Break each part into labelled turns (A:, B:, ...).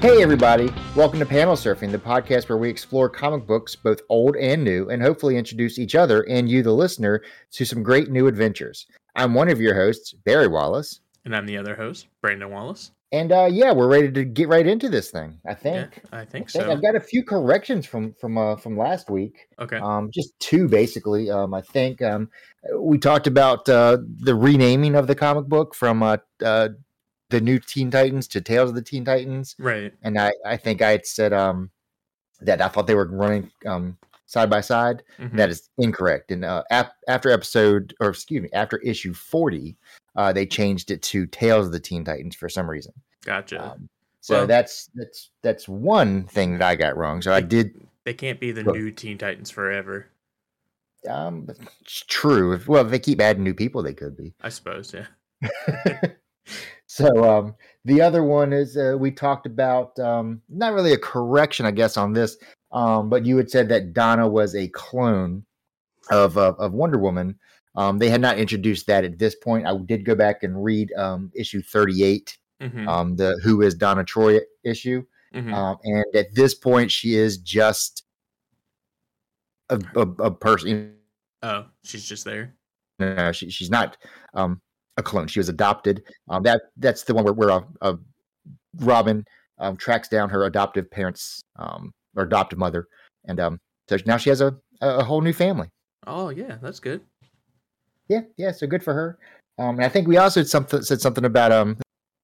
A: Hey, everybody. Welcome to Panel Surfing, the podcast where we explore comic books, both old and new, and hopefully introduce each other and you, the listener, to some great new adventures. I'm one of your hosts, Barry Wallace.
B: And I'm the other host, Brandon Wallace.
A: And uh, yeah, we're ready to get right into this thing. I think.
B: Yeah,
A: I
B: I think
A: think
B: so.
A: I've got a few corrections from from uh, from last week.
B: okay.
A: Um, just two, basically. Um, I think um, we talked about uh, the renaming of the comic book from uh, uh, the New Teen Titans to Tales of the Teen Titans,
B: right.
A: and I, I think I had said um, that I thought they were running um, side by side.
B: Mhm.
A: That is incorrect. And uh, ap- after episode, or excuse me, after issue forty, uh, they changed it to Tales of the Teen Titans for some reason.
B: Gotcha.
A: Um, so
B: Well-
A: that's that's that's one thing that I got wrong. So I
B: Like-
A: did
B: they can't be the
A: look.
B: new Teen Titans forever,
A: Um, but it's true. If, well, if they keep adding new people, they could be.
B: I suppose. Yeah.
A: So, um, the other one is uh, we talked about um, not really a correction, I guess, on this. Um, but you had said that Donna was a clone of uh, of Wonder Woman. Um, they had not introduced that at this point. I did go back and read um, issue thirty
B: Mhm,
A: um, the Who is Donna Troy issue,
B: mhm.
A: um, and at this point, she is just a, a, a person.
B: oh, she's just there.
A: no, no, she, she's not um, a clone. She was adopted. Um, that that's the one where, where uh, uh, Robin um, tracks down her adoptive parents um, or adoptive mother, and um, so now she has a a a whole new family.
B: Oh, yeah. That's good.
A: Yeah, yeah. So good for her. Um, and I think we also said something, said something about um,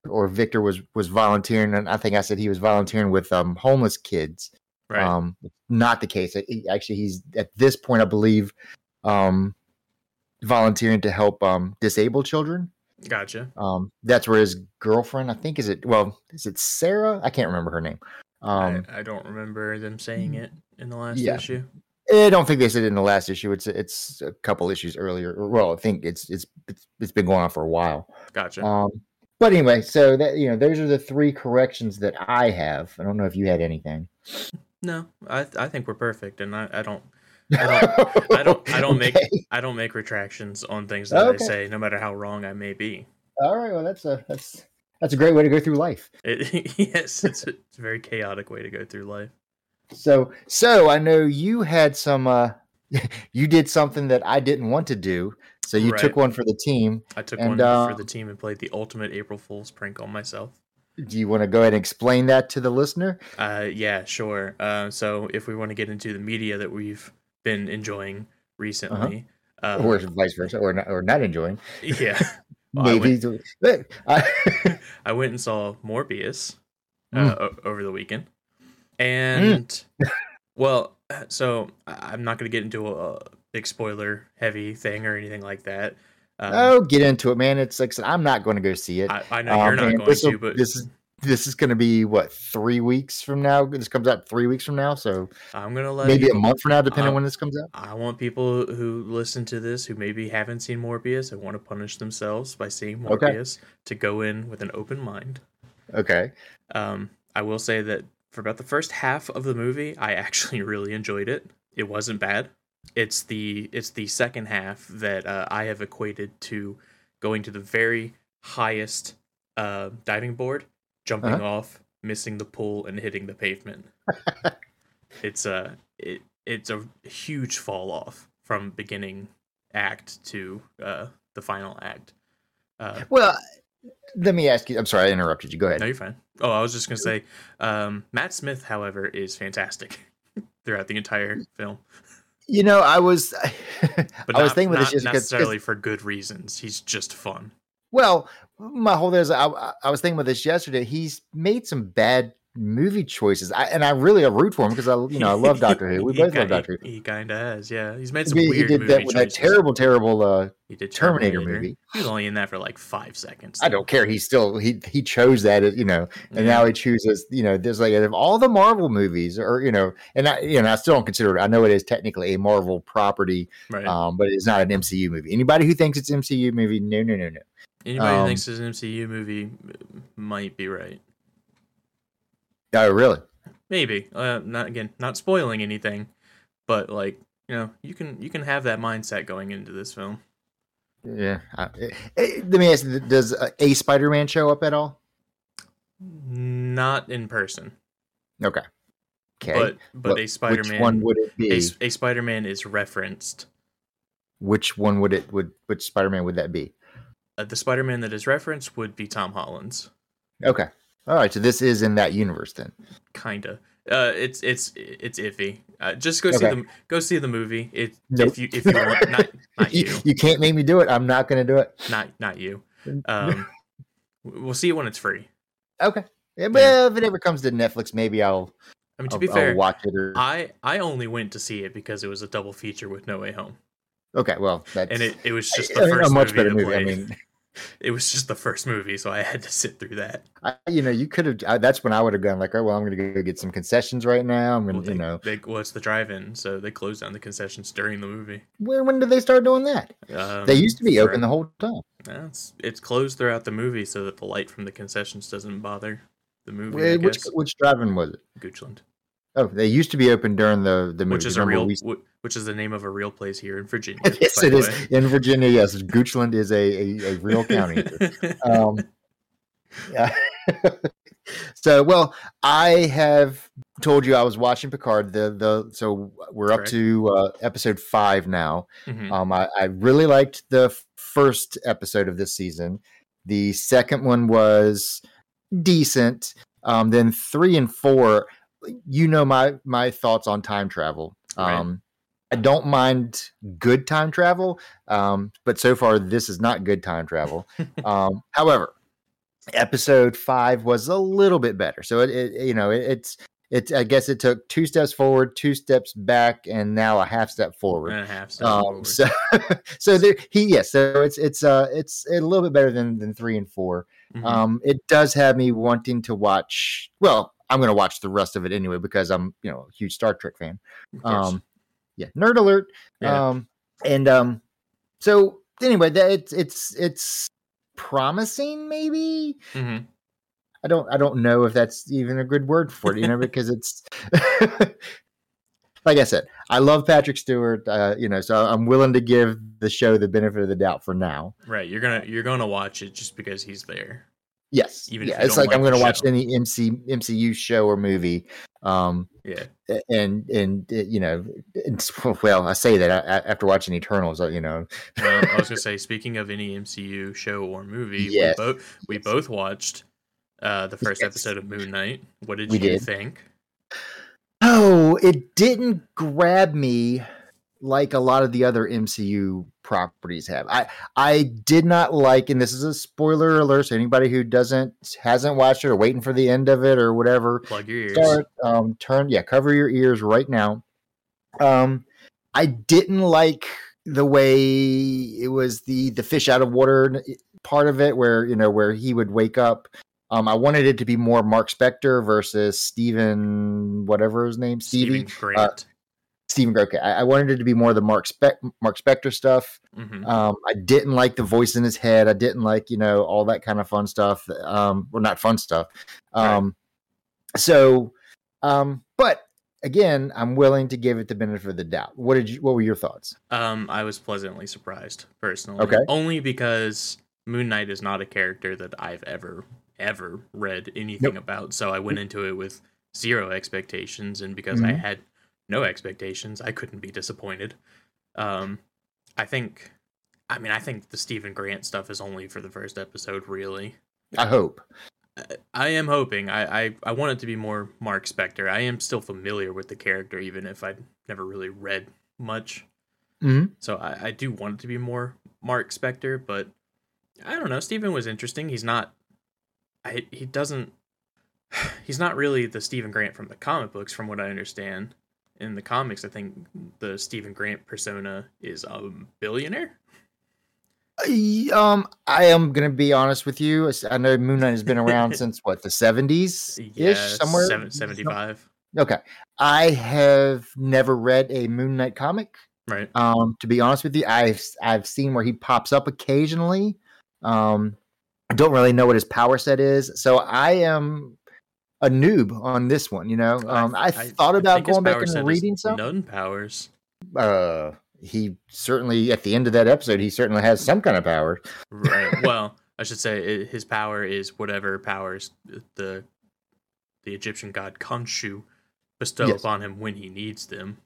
A: or Victor was was volunteering, and I think I said he was volunteering with um homeless kids.
B: Right.
A: Um, not the case. It- it- actually, he's at this point, I believe, um, volunteering to help um disabled children.
B: gotcha.
A: Um, that's where his girlfriend, I think, is it? Well, is it Sarah? I can't remember her name. Um,
B: I, I don't remember them saying it in the last
A: yeah.
B: issue.
A: I eh, don't think they said it in the last issue. It's it's a couple issues earlier. or- Well, I think it's it's it's, it's been going on for a while.
B: Gotcha.
A: Um, but anyway, so that you know, those are the three corrections that I have. I don't know if you had anything.
B: no, I I think we're perfect, and I, I don't I I don't- I don't make-
A: Okay.
B: I don't make retractions on things that
A: Okay.
B: I say, no matter how wrong I may be.
A: All right. Well, that's a that's that's a great way to go through life.
B: It, yes, it's a, it's a very chaotic way to go through life.
A: So so I know you had some. uh You did something that I didn't want to do. So you took
B: Right.
A: one for the team.
B: I took
A: And,
B: one
A: uh,
B: for the team and played the ultimate April Fool's prank on myself.
A: Do you want to go ahead and explain that to the listener?
B: Uh, yeah, sure. Uh, so if we want to get into the media that we've been enjoying recently, uh
A: or vice versa, or not, or not enjoying.
B: yeah, Well, I
A: Maybe.
B: went-
A: to- Look, I-
B: I went and saw Morbius
A: Mm.
B: uh, o- over the weekend, and well, so I- I'm not going to get into a big spoiler heavy thing or anything like that. Um,
A: oh, get into it, man. It's like I'm not going to go see it.
B: I, I know you're
A: Um,
B: not
A: and
B: going
A: this'll-
B: to, but
A: this is this is going to be what three weeks from now. This comes out three weeks from now, so
B: I'm going to let
A: maybe
B: you-
A: a month from now, depending on
B: um,
A: when this comes out.
B: I want people who listen to this who maybe haven't seen Morbius and want to punish themselves by seeing
A: Okay.
B: Morbius to go in with an open mind.
A: Okay,
B: Um, I will say that for about the first half of the movie, I actually really enjoyed it. It wasn't bad. It's the it's the second half that uh, I have equated to going to the very highest uh, diving board, jumping
A: Uh-huh.
B: off, missing the pool, and hitting the pavement. it's a it, it's a huge fall off from beginning act to uh, the final act. Uh,
A: well, let me ask you. I'm sorry, I interrupted you. Go
B: no,
A: ahead.
B: you're fine. Oh, I was just gonna say, um, Matt Smith, however, is fantastic throughout the entire film,
A: You know, I was,
B: but
A: I
B: not,
A: was thinking with
B: not
A: this just 'cause- 'cause-
B: necessarily for good reasons. He's just fun.
A: Well, my whole thing is I, I- I was thinking about this yesterday. He's made some bad movie choices, I, and I really uh, root for him because I, you know, I love Doctor Who. We
B: He
A: both
B: ki-
A: love Doctor Who.
B: He, he kind of has, yeah. He's made
A: I
B: some
A: mean, He,
B: weird
A: did
B: movie
A: that with that
B: choices.
A: terrible, terrible uh,
B: He did
A: Terminator movie.
B: He was only in that for like five seconds.
A: I don't care. He still he he chose that, as, you know, and
B: Yeah.
A: now he chooses, you know, there's like out of all the Marvel movies, or you know, and I, you know, I still don't consider it. I know it is technically a Marvel property,
B: right.
A: um, but it's not an MCU movie. Anybody who thinks it's MCU movie, no, no, no, no.
B: Anybody
A: um,
B: who thinks it's an MCU movie m- might be right.
A: Oh, really?
B: Maybe. Uh, not again. Not spoiling anything, but like you know, you can you can have that mindset going into this film.
A: Yeah. I, eh, eh, let me ask you: Does uh, a Spider-Man show up at all?
B: Not in person,
A: Okay. Okay.
B: but but
A: What-
B: a
A: Which one
B: Spider-Man
A: would it be?
B: a, s- a Spider-Man is referenced.
A: which one would it would which Spider-Man would that be?
B: Uh, the Spider-Man that is referenced would be Tom Holland's,
A: Okay. All right. So this is in that universe then.
B: kinda. Uh, it's it's it's iffy. Uh, just go see
A: Okay.
B: the go see the movie. It,
A: Nope.
B: if you if you want not not
A: you,
B: you
A: you can't make me do it. I'm not going to do it.
B: not not you. Um, w- we'll see it when it's free.
A: Okay. Yeah, well, if it ever comes to Netflix, maybe I'll,
B: I mean, to
A: I'll,
B: be
A: I'll
B: fair,
A: watch it. Or,
B: I I only went to see it because it was a double feature with No Way Home,
A: okay. Well, that's
B: and it, it was just
A: I
B: the
A: mean,
B: first
A: a much
B: movie
A: better
B: to
A: movie. I
B: play.
A: mean,
B: it was just the first movie, so I had to sit through that.
A: I, you know, you could have. That's when I would have gone like, oh, well, I'm going to go get some concessions right now. I'm going
B: Well,
A: to,
B: they,
A: you know,
B: they, well, it's the drive-in, so they closed down the concessions during the movie.
A: when, when did they start doing that?
B: Um,
A: They used to be
B: for-
A: open the whole time.
B: Yeah, it's, it's closed throughout the movie so that the light from the concessions doesn't bother the movie. I
A: Wh- Which
B: guess.
A: which drive-in was it?
B: Goochland,
A: Oh, they used to be open during the the movie.
B: which is a
A: Remember
B: real,
A: we-
B: wh- which is the name of a real place here in Virginia.
A: yes,
B: by
A: it
B: the
A: is
B: way.
A: in Virginia. Yes, Goochland is a a, a real county. um, yeah. so, well, I have told you I was watching Picard. The the so we're up
B: Correct.
A: to uh, episode five now.
B: Mhm.
A: Um, I, I really liked the f- first episode of this season. The second one was decent. Um, then three and four, you know my my thoughts on time travel.
B: Right.
A: Um, I don't mind good time travel, um, but so far this is not good time travel. um, however, episode five was a little bit better. So it, it you know it, it's it's I guess it took two steps forward, two steps back, and now a half step forward.
B: And a half step
A: Um,
B: forward.
A: so, so there he yes. So it's it's uh it's a little bit better than than three and four.
B: Mhm.
A: Um, it does have me wanting to watch. Well, I'm going to watch the rest of it anyway because I'm you know a huge Star Trek fan.
B: Of course.
A: Um, yeah, nerd alert.
B: Yeah.
A: Um, and um, so anyway, that it's it's it's promising maybe.
B: Mhm.
A: I don't I don't know if that's even a good word for it, you know, because it's like I said, I love Patrick Stewart, uh, you know, so I'm willing to give the show the benefit of the doubt for now.
B: right. You're gonna you're gonna watch it just because he's there.
A: Yes,
B: Even if
A: yeah,
B: you
A: it's
B: don't
A: like, I'm
B: like
A: going to
B: the
A: watch
B: show.
A: any MC MCU show or movie. Um,
B: Yeah.
A: a- and and uh, you know, it's, well, I say that I, I- after watching Eternals, uh, you know,
B: Well, Um, I was gonna say, speaking of any MCU show or movie,
A: Yes.
B: we both we
A: Yes.
B: both watched uh, the first
A: Yes.
B: episode of Moon Knight. What did
A: We
B: you
A: did.
B: think?
A: oh, it didn't grab me like a lot of the other MCU properties have. I I did not like, and this is a spoiler alert. So anybody who doesn't hasn't watched it or waiting for the end of it or whatever,
B: Plug your ears.
A: start um, turn yeah, cover your ears right now. Um, I didn't like the way it was the the fish out of water n- part of it, where you know where he would wake up. Um, I wanted it to be more Mark Spector versus Steven, whatever his name, Stevie.
B: Stephen Grant.
A: Stephen Groke. I, I wanted it to be more of the Mark Spec Mark Spector stuff.
B: Mhm.
A: Um, I didn't like the voice in his head. I didn't like you know all that kind of fun stuff. Um, well, not fun stuff.
B: Right.
A: Um, so, um, but again, I'm willing to give it the benefit of the doubt. What did you? What were your thoughts?
B: Um, I was pleasantly surprised personally.
A: Okay.
B: Only because Moon Knight is not a character that I've ever ever read anything about, so I went into it with zero expectations, and because I
A: Mhm.
B: had no expectations, I couldn't be disappointed. Um, I think, I mean, I think the Stephen Grant stuff is only for the first episode, really.
A: I hope.
B: I- I am hoping. I, I I want it to be more Mark Spector. I am still familiar with the character, even if I'd never really read much
A: Mhm.
B: so I, I do want it to be more Mark Spector, but I don't know. Steven was interesting. He's not. I, he doesn't. He's not really the Stephen Grant from the comic books, from what I understand. In the comics, I think the Stephen Grant persona is a billionaire.
A: I- Um, I am gonna be honest with you. I know Moon Knight has been around since what the 70s ish, somewhere
B: seven- 75,
A: Okay, I have never read a Moon Knight comic.
B: right?
A: Um, to be honest with you, I've I've seen where he pops up occasionally. Um, I don't really know what his power set is, so I am a noob on this one. You know, um, I, thought about
B: think his
A: going back
B: power set
A: and
B: is
A: reading some.
B: Nun powers,
A: Uh, he certainly at the end of that episode, he certainly has some kind of power.
B: right? well, I should say i his power is whatever powers the the Egyptian god Khonshu bestow
A: Yes.
B: upon him when he needs them.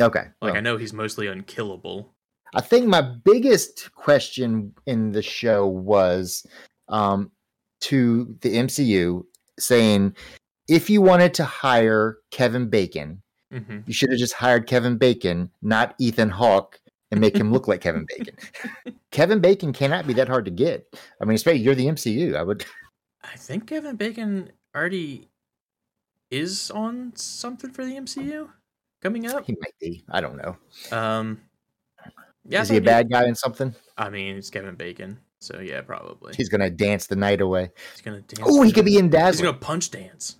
A: Okay.
B: Like
A: well.
B: I know he's mostly unkillable.
A: I think my biggest question in the show was um, to the MCU saying, if you wanted to hire Kevin Bacon,
B: hmm
A: you should have just hired Kevin Bacon, not Ethan Hawke, and make him look like Kevin Bacon. Kevin Bacon cannot be that hard to get. I mean, especially you're the MCU. I would.
B: I think Kevin Bacon already is on something for the MCU coming up.
A: He might be. I don't know.
B: Um, yeah, I
A: Is he a
B: think it-
A: bad guy in something?
B: I mean, it's Kevin Bacon, so yeah, probably.
A: He's gonna dance the night away.
B: He's gonna dance.
A: Oh, he could be in
B: He's
A: Dazzler.
B: gonna punch dance.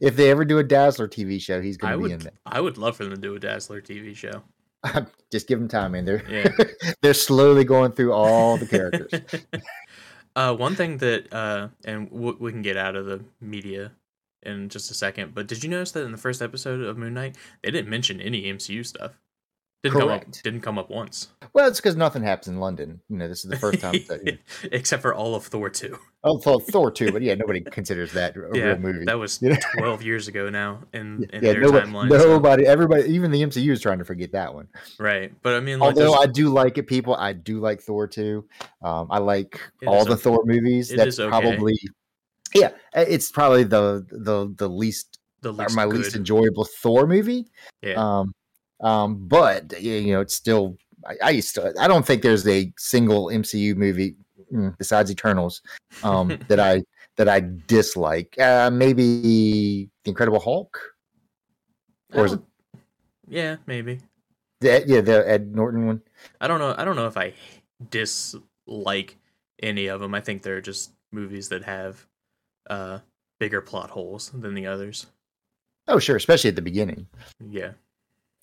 A: if they ever do a Dazzler TV show, he's gonna
B: I
A: be in
B: would.
A: that.
B: I would love for them to do a Dazzler TV show.
A: just give them time, man. They're
B: Yeah.
A: they're slowly going through all the characters.
B: uh, one thing that, uh, and w- we can get out of the media in just a second, but did you notice that in the first episode of Moon Knight, they didn't mention any MCU stuff? Didn't come
A: Correct.
B: up. Didn't come up once.
A: well, it's because nothing happens in London. You know, this is the first time. That,
B: Except for all of Thor two.
A: oh, well, Thor too, but yeah, nobody considers that a
B: yeah,
A: real movie.
B: that was
A: You know?
B: twelve years ago now in, in
A: yeah,
B: their
A: nobody,
B: timeline. so- Mm-hmm.
A: nobody, everybody, even the MCU is trying to forget that one.
B: right? But I mean, like,
A: Although
B: there's-
A: I do like it, people. I do like Thor too. Um, I like
B: It
A: all
B: is
A: the
B: okay.
A: Thor movies.
B: It
A: That's
B: is okay.
A: probably yeah. It's probably the the the least
B: the
A: or
B: least
A: my least
B: good.
A: enjoyable Thor movie.
B: Yeah.
A: Um, um, but y- you know, it's still I, I used to. I don't think there's a single MCU movie mm, besides Eternals um, that I that I dislike. Uh, maybe The Incredible Hulk.
B: I
A: or is
B: don't- yeah, maybe.
A: The, yeah, the Ed Norton one.
B: I don't know. I don't know if I dislike any of them. I think they're just movies that have uh, bigger plot holes than the others.
A: Oh, sure, especially at the beginning.
B: Yeah,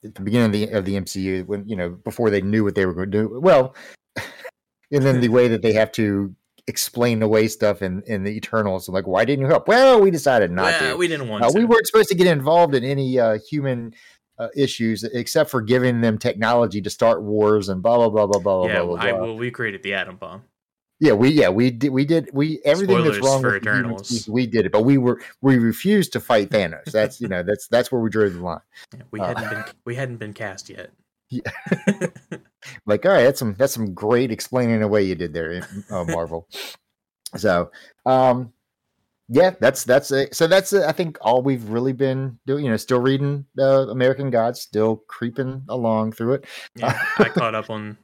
A: at the beginning of the of the MCU when you know before they knew what they were going to do. Well, and then the way that they have to explain away stuff in in the Eternals, like why didn't you help? Well, we decided not
B: Well,
A: to.
B: we didn't want
A: Uh,
B: to.
A: we weren't supposed to get involved in any uh, human. Uh, issues except for giving them technology to start wars and blah blah blah blah blah
B: yeah,
A: blah blah.
B: I
A: blah.
B: well, we created the atom bomb.
A: Yeah, we yeah we did we did we everything that's
B: Spoilers
A: wrong
B: for
A: with the human
B: Eternals.
A: species, we did it, but we were we refused to fight Thanos. That's you know that's that's where we drew the line.
B: Yeah, we
A: Uh,
B: hadn't been we hadn't been cast yet.
A: Yeah. like all right that's some that's some great explaining away you did there uh, marvel so um yeah that's that's it so that's uh, i think all we've really been doing you know still reading uh, american gods still creeping along through it
B: yeah, I caught up on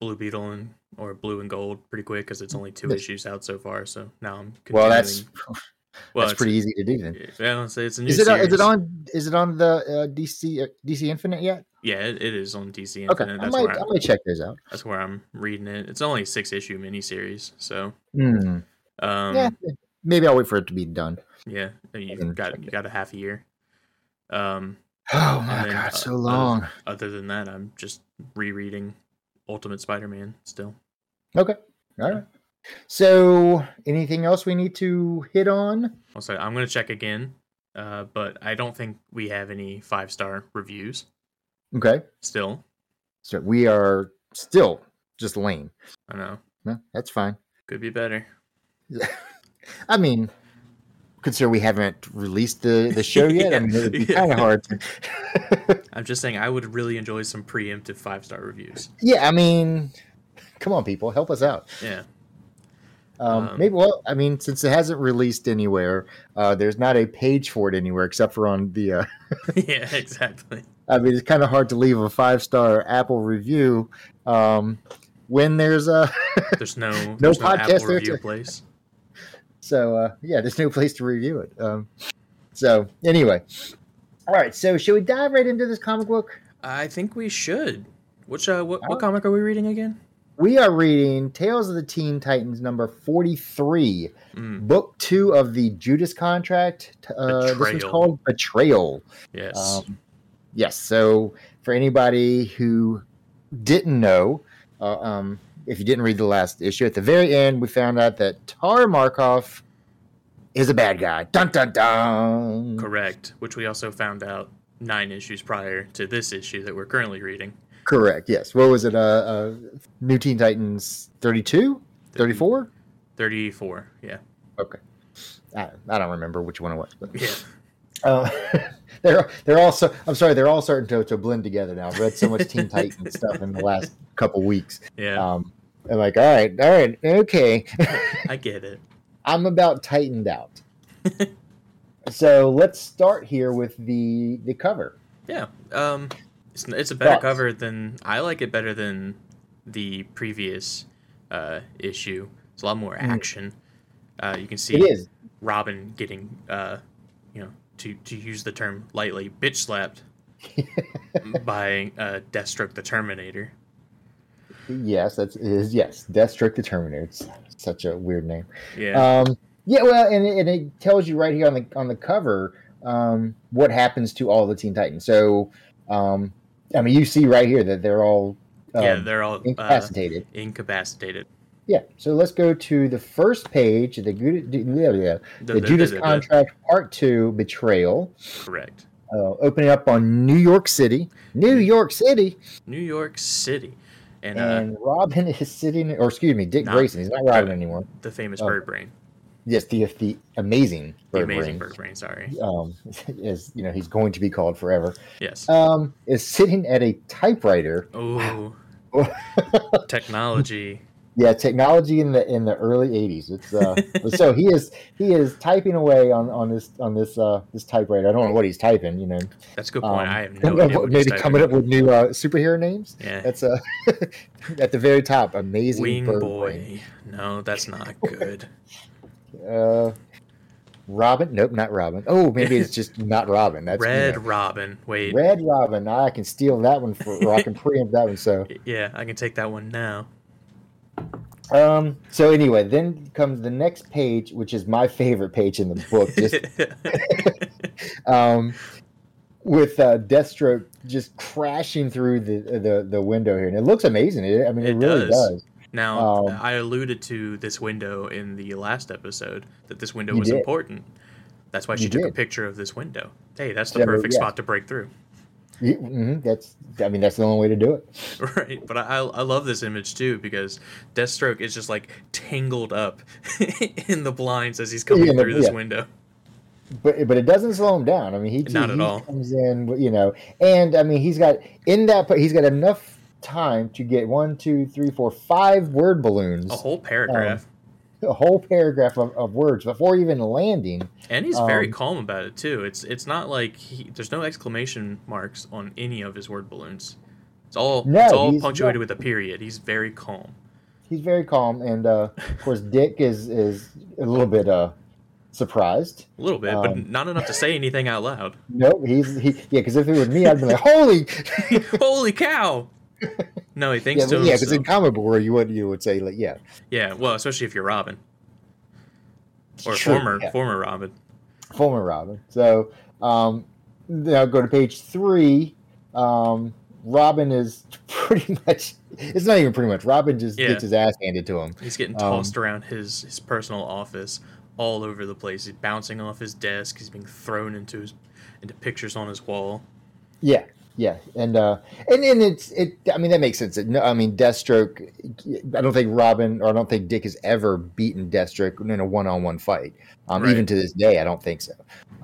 B: Blue Beetle and or Blue and Gold pretty quick because it's only two
A: That's-
B: issues out so far. So now I'm
A: well that's
B: continuing-
A: that's
B: it's-
A: pretty easy to do then
B: Yeah, it's, it's a new
A: is it, on- is
B: series.
A: it on is it on the uh, dc uh, dc infinite yet
B: Yeah, it, it is on DC Infinite.
A: okay i
B: That's
A: might
B: where
A: i
B: I'm,
A: might check those out
B: that's where I'm reading it. It's only a six issue miniseries, so
A: Hmm.
B: um,
A: yeah
B: yeah,
A: maybe i'll wait for it to be done
B: I mean,
A: can
B: you've got
A: check
B: you
A: it.
B: got a half a year. Um,
A: oh my
B: then, uh,
A: god so
B: uh,
A: long
B: other than that, I'm just rereading Ultimate Spider-Man still.
A: okay all right so anything else we need to hit on
B: Also, I'm gonna check again, uh, but I don't think we have any five star reviews
A: Okay.
B: still.
A: So we are still just lame.
B: I know
A: No, that's fine.
B: could be better.
A: I mean, consider we haven't released the, the show yet. I
B: Yeah,
A: mean, it would be
B: yeah.
A: kind of hard. to-
B: I'm just saying I would really enjoy some preemptive five star reviews.
A: yeah, I mean, come on, people, help us out.
B: Yeah,
A: Um,
B: Um,
A: maybe, well, I mean, since it hasn't released anywhere, uh, there's not a page for it anywhere except for on the. Uh,
B: yeah, exactly.
A: I mean, it's kind of hard to leave a five star Apple review um, when there's a.
B: There's no there's no
A: podcast
B: Apple
A: there
B: review
A: to-
B: place.
A: So uh, yeah, there's no place to review it. Um, so anyway, all right. So should we dive right into this comic book?
B: I think we should. Which uh, what,
A: Alright.
B: what comic are we reading again?
A: We are reading Tales of the Teen Titans number forty-three,
B: Mm,
A: book two of the Judas Contract. T- Uh, this one's
B: Betrayal.
A: called Betrayal.
B: yes.
A: Um, yes. So for anybody who didn't know, uh, um, if you didn't read the last issue, at the very end, we found out that Tar Markov is a bad guy. Dun dun dun.
B: correct. Which we also found out nine issues prior to this issue that we're currently reading.
A: Correct. Yes. What was it? Uh, uh New Teen Titans 32, 34?
B: 34. Yeah.
A: Okay. I, I don't remember which one it was, but
B: Yeah.
A: uh, they're they're also I'm sorry they're all starting to, to blend together now. I've read so much Teen Titan stuff in the last couple weeks.
B: Yeah.
A: Um, I'm like, all right, all right, okay.
B: I get it.
A: I'm about tightened out. so let's start here with the the cover.
B: Yeah. Um, it's, it's a better
A: Thoughts?
B: cover than I like it better than the previous uh, issue. It's a lot more action. Uh, you can see
A: Hmm. It is
B: Robin getting, uh, you know, to to use the term lightly, bitch slapped by uh, Deathstroke the Terminator.
A: yes, that's it is yes. Deathstroke the Terminator. It's such a weird name.
B: Yeah.
A: Um, yeah, well, and it, and it tells you right here on the on the cover um, what happens to all the Teen Titans. So, um, I mean, you see right here that they're all um,
B: yeah. They're all uh,
A: incapacitated.
B: incapacitated.
A: yeah. So let's go to the first page, the, Gud- the, the,
B: The-
A: the
B: the-
A: Judas
B: the- the-
A: Contract Part Two Betrayal.
B: Correct.
A: Uh, opening up on New York City, New York City,
B: New York City, Mm-hmm. and, uh,
A: and Robin is sitting, or excuse me, Dick
B: Not-
A: Grayson. He's not Robin anymore.
B: the famous
A: oh,
B: bird brain,
A: Yes, the the amazing
B: the
A: Bird Brain,
B: amazing bird brain. Sorry.
A: um, is you know he's going to be called forever.
B: Yes.
A: um, is sitting at a typewriter.
B: oh, technology.
A: yeah, technology in the in the early '80s. It's uh, so he is he is typing away on on this on this uh, this typewriter. I don't know what he's typing. You know,
B: That's a good point.
A: Um,
B: I have no idea. What
A: maybe coming up with new uh, superhero names.
B: Yeah.
A: That's uh, at the very top. Amazing
B: Wing
A: Bird Brain.
B: boy. No, that's not good.
A: Uh, Robin? Nope, not Robin. Oh, maybe it's just not Robin. That's you
B: Red
A: know,
B: Robin. Wait.
A: Red Robin. Ah, I can steal that one for, or I can preempt that one. So
B: Yeah, I can take that one now.
A: Um. So anyway, then comes the next page, which is my favorite page in the book. Just um, with uh, Deathstroke just crashing through the the, the window here, and it looks amazing. It, I mean, it,
B: It
A: really
B: does.
A: does.
B: now,
A: Um,
B: I alluded to this window in the last episode that this window
A: You
B: was
A: did.
B: important. That's why she
A: You
B: took a
A: did.
B: picture of this window. Hey, that's the
A: Yeah, but
B: perfect
A: yeah.
B: spot to break through.
A: You- mhm, that's. I mean, that's the only way to do it.
B: Right, but I, I love this image too because Deathstroke is just like tangled up in the blinds as he's coming
A: Yeah, no,
B: through this
A: yeah.
B: window.
A: But but it doesn't slow him down. I mean, he
B: Not at
A: he
B: all.
A: comes in, you know, and I mean, he's got in that. pa- He's got enough time to get one, two, three, four, five word balloons,
B: A whole paragraph,
A: a whole paragraph of, of words before even landing.
B: and he's very
A: um,
B: calm about it too. It's it's not like he, there's no exclamation marks on any of his word balloons. It's all
A: No,
B: it's all
A: he's-
B: punctuated with a period. He's very calm.
A: he's very calm and uh, of course dick is is a little bit uh surprised
B: A little bit, but
A: Um,
B: not enough to say anything out loud.
A: nope he's he yeah because if it was me i'd be like holy
B: Holy cow! No, he thinks
A: yeah
B: to
A: because
B: himself.
A: in comic book world you would you would say like yeah
B: yeah, well, especially if you're Robin or
A: sure,
B: former
A: yeah,
B: former Robin.
A: former robin so um now go to page three um robin is pretty much it's not even pretty much robin just
B: Yeah.
A: gets his ass handed to him
B: He's getting
A: Um,
B: tossed around his, his personal office all over the place. He's bouncing off his desk. He's being thrown into his into pictures on his wall.
A: Yeah, yeah, and uh, and and it's it. I mean, that makes sense. It, no, I mean, Deathstroke. I don't think Robin or I don't think Dick has ever beaten Deathstroke in a one-on-one fight. Um,
B: Right.
A: even to this day, I don't think so.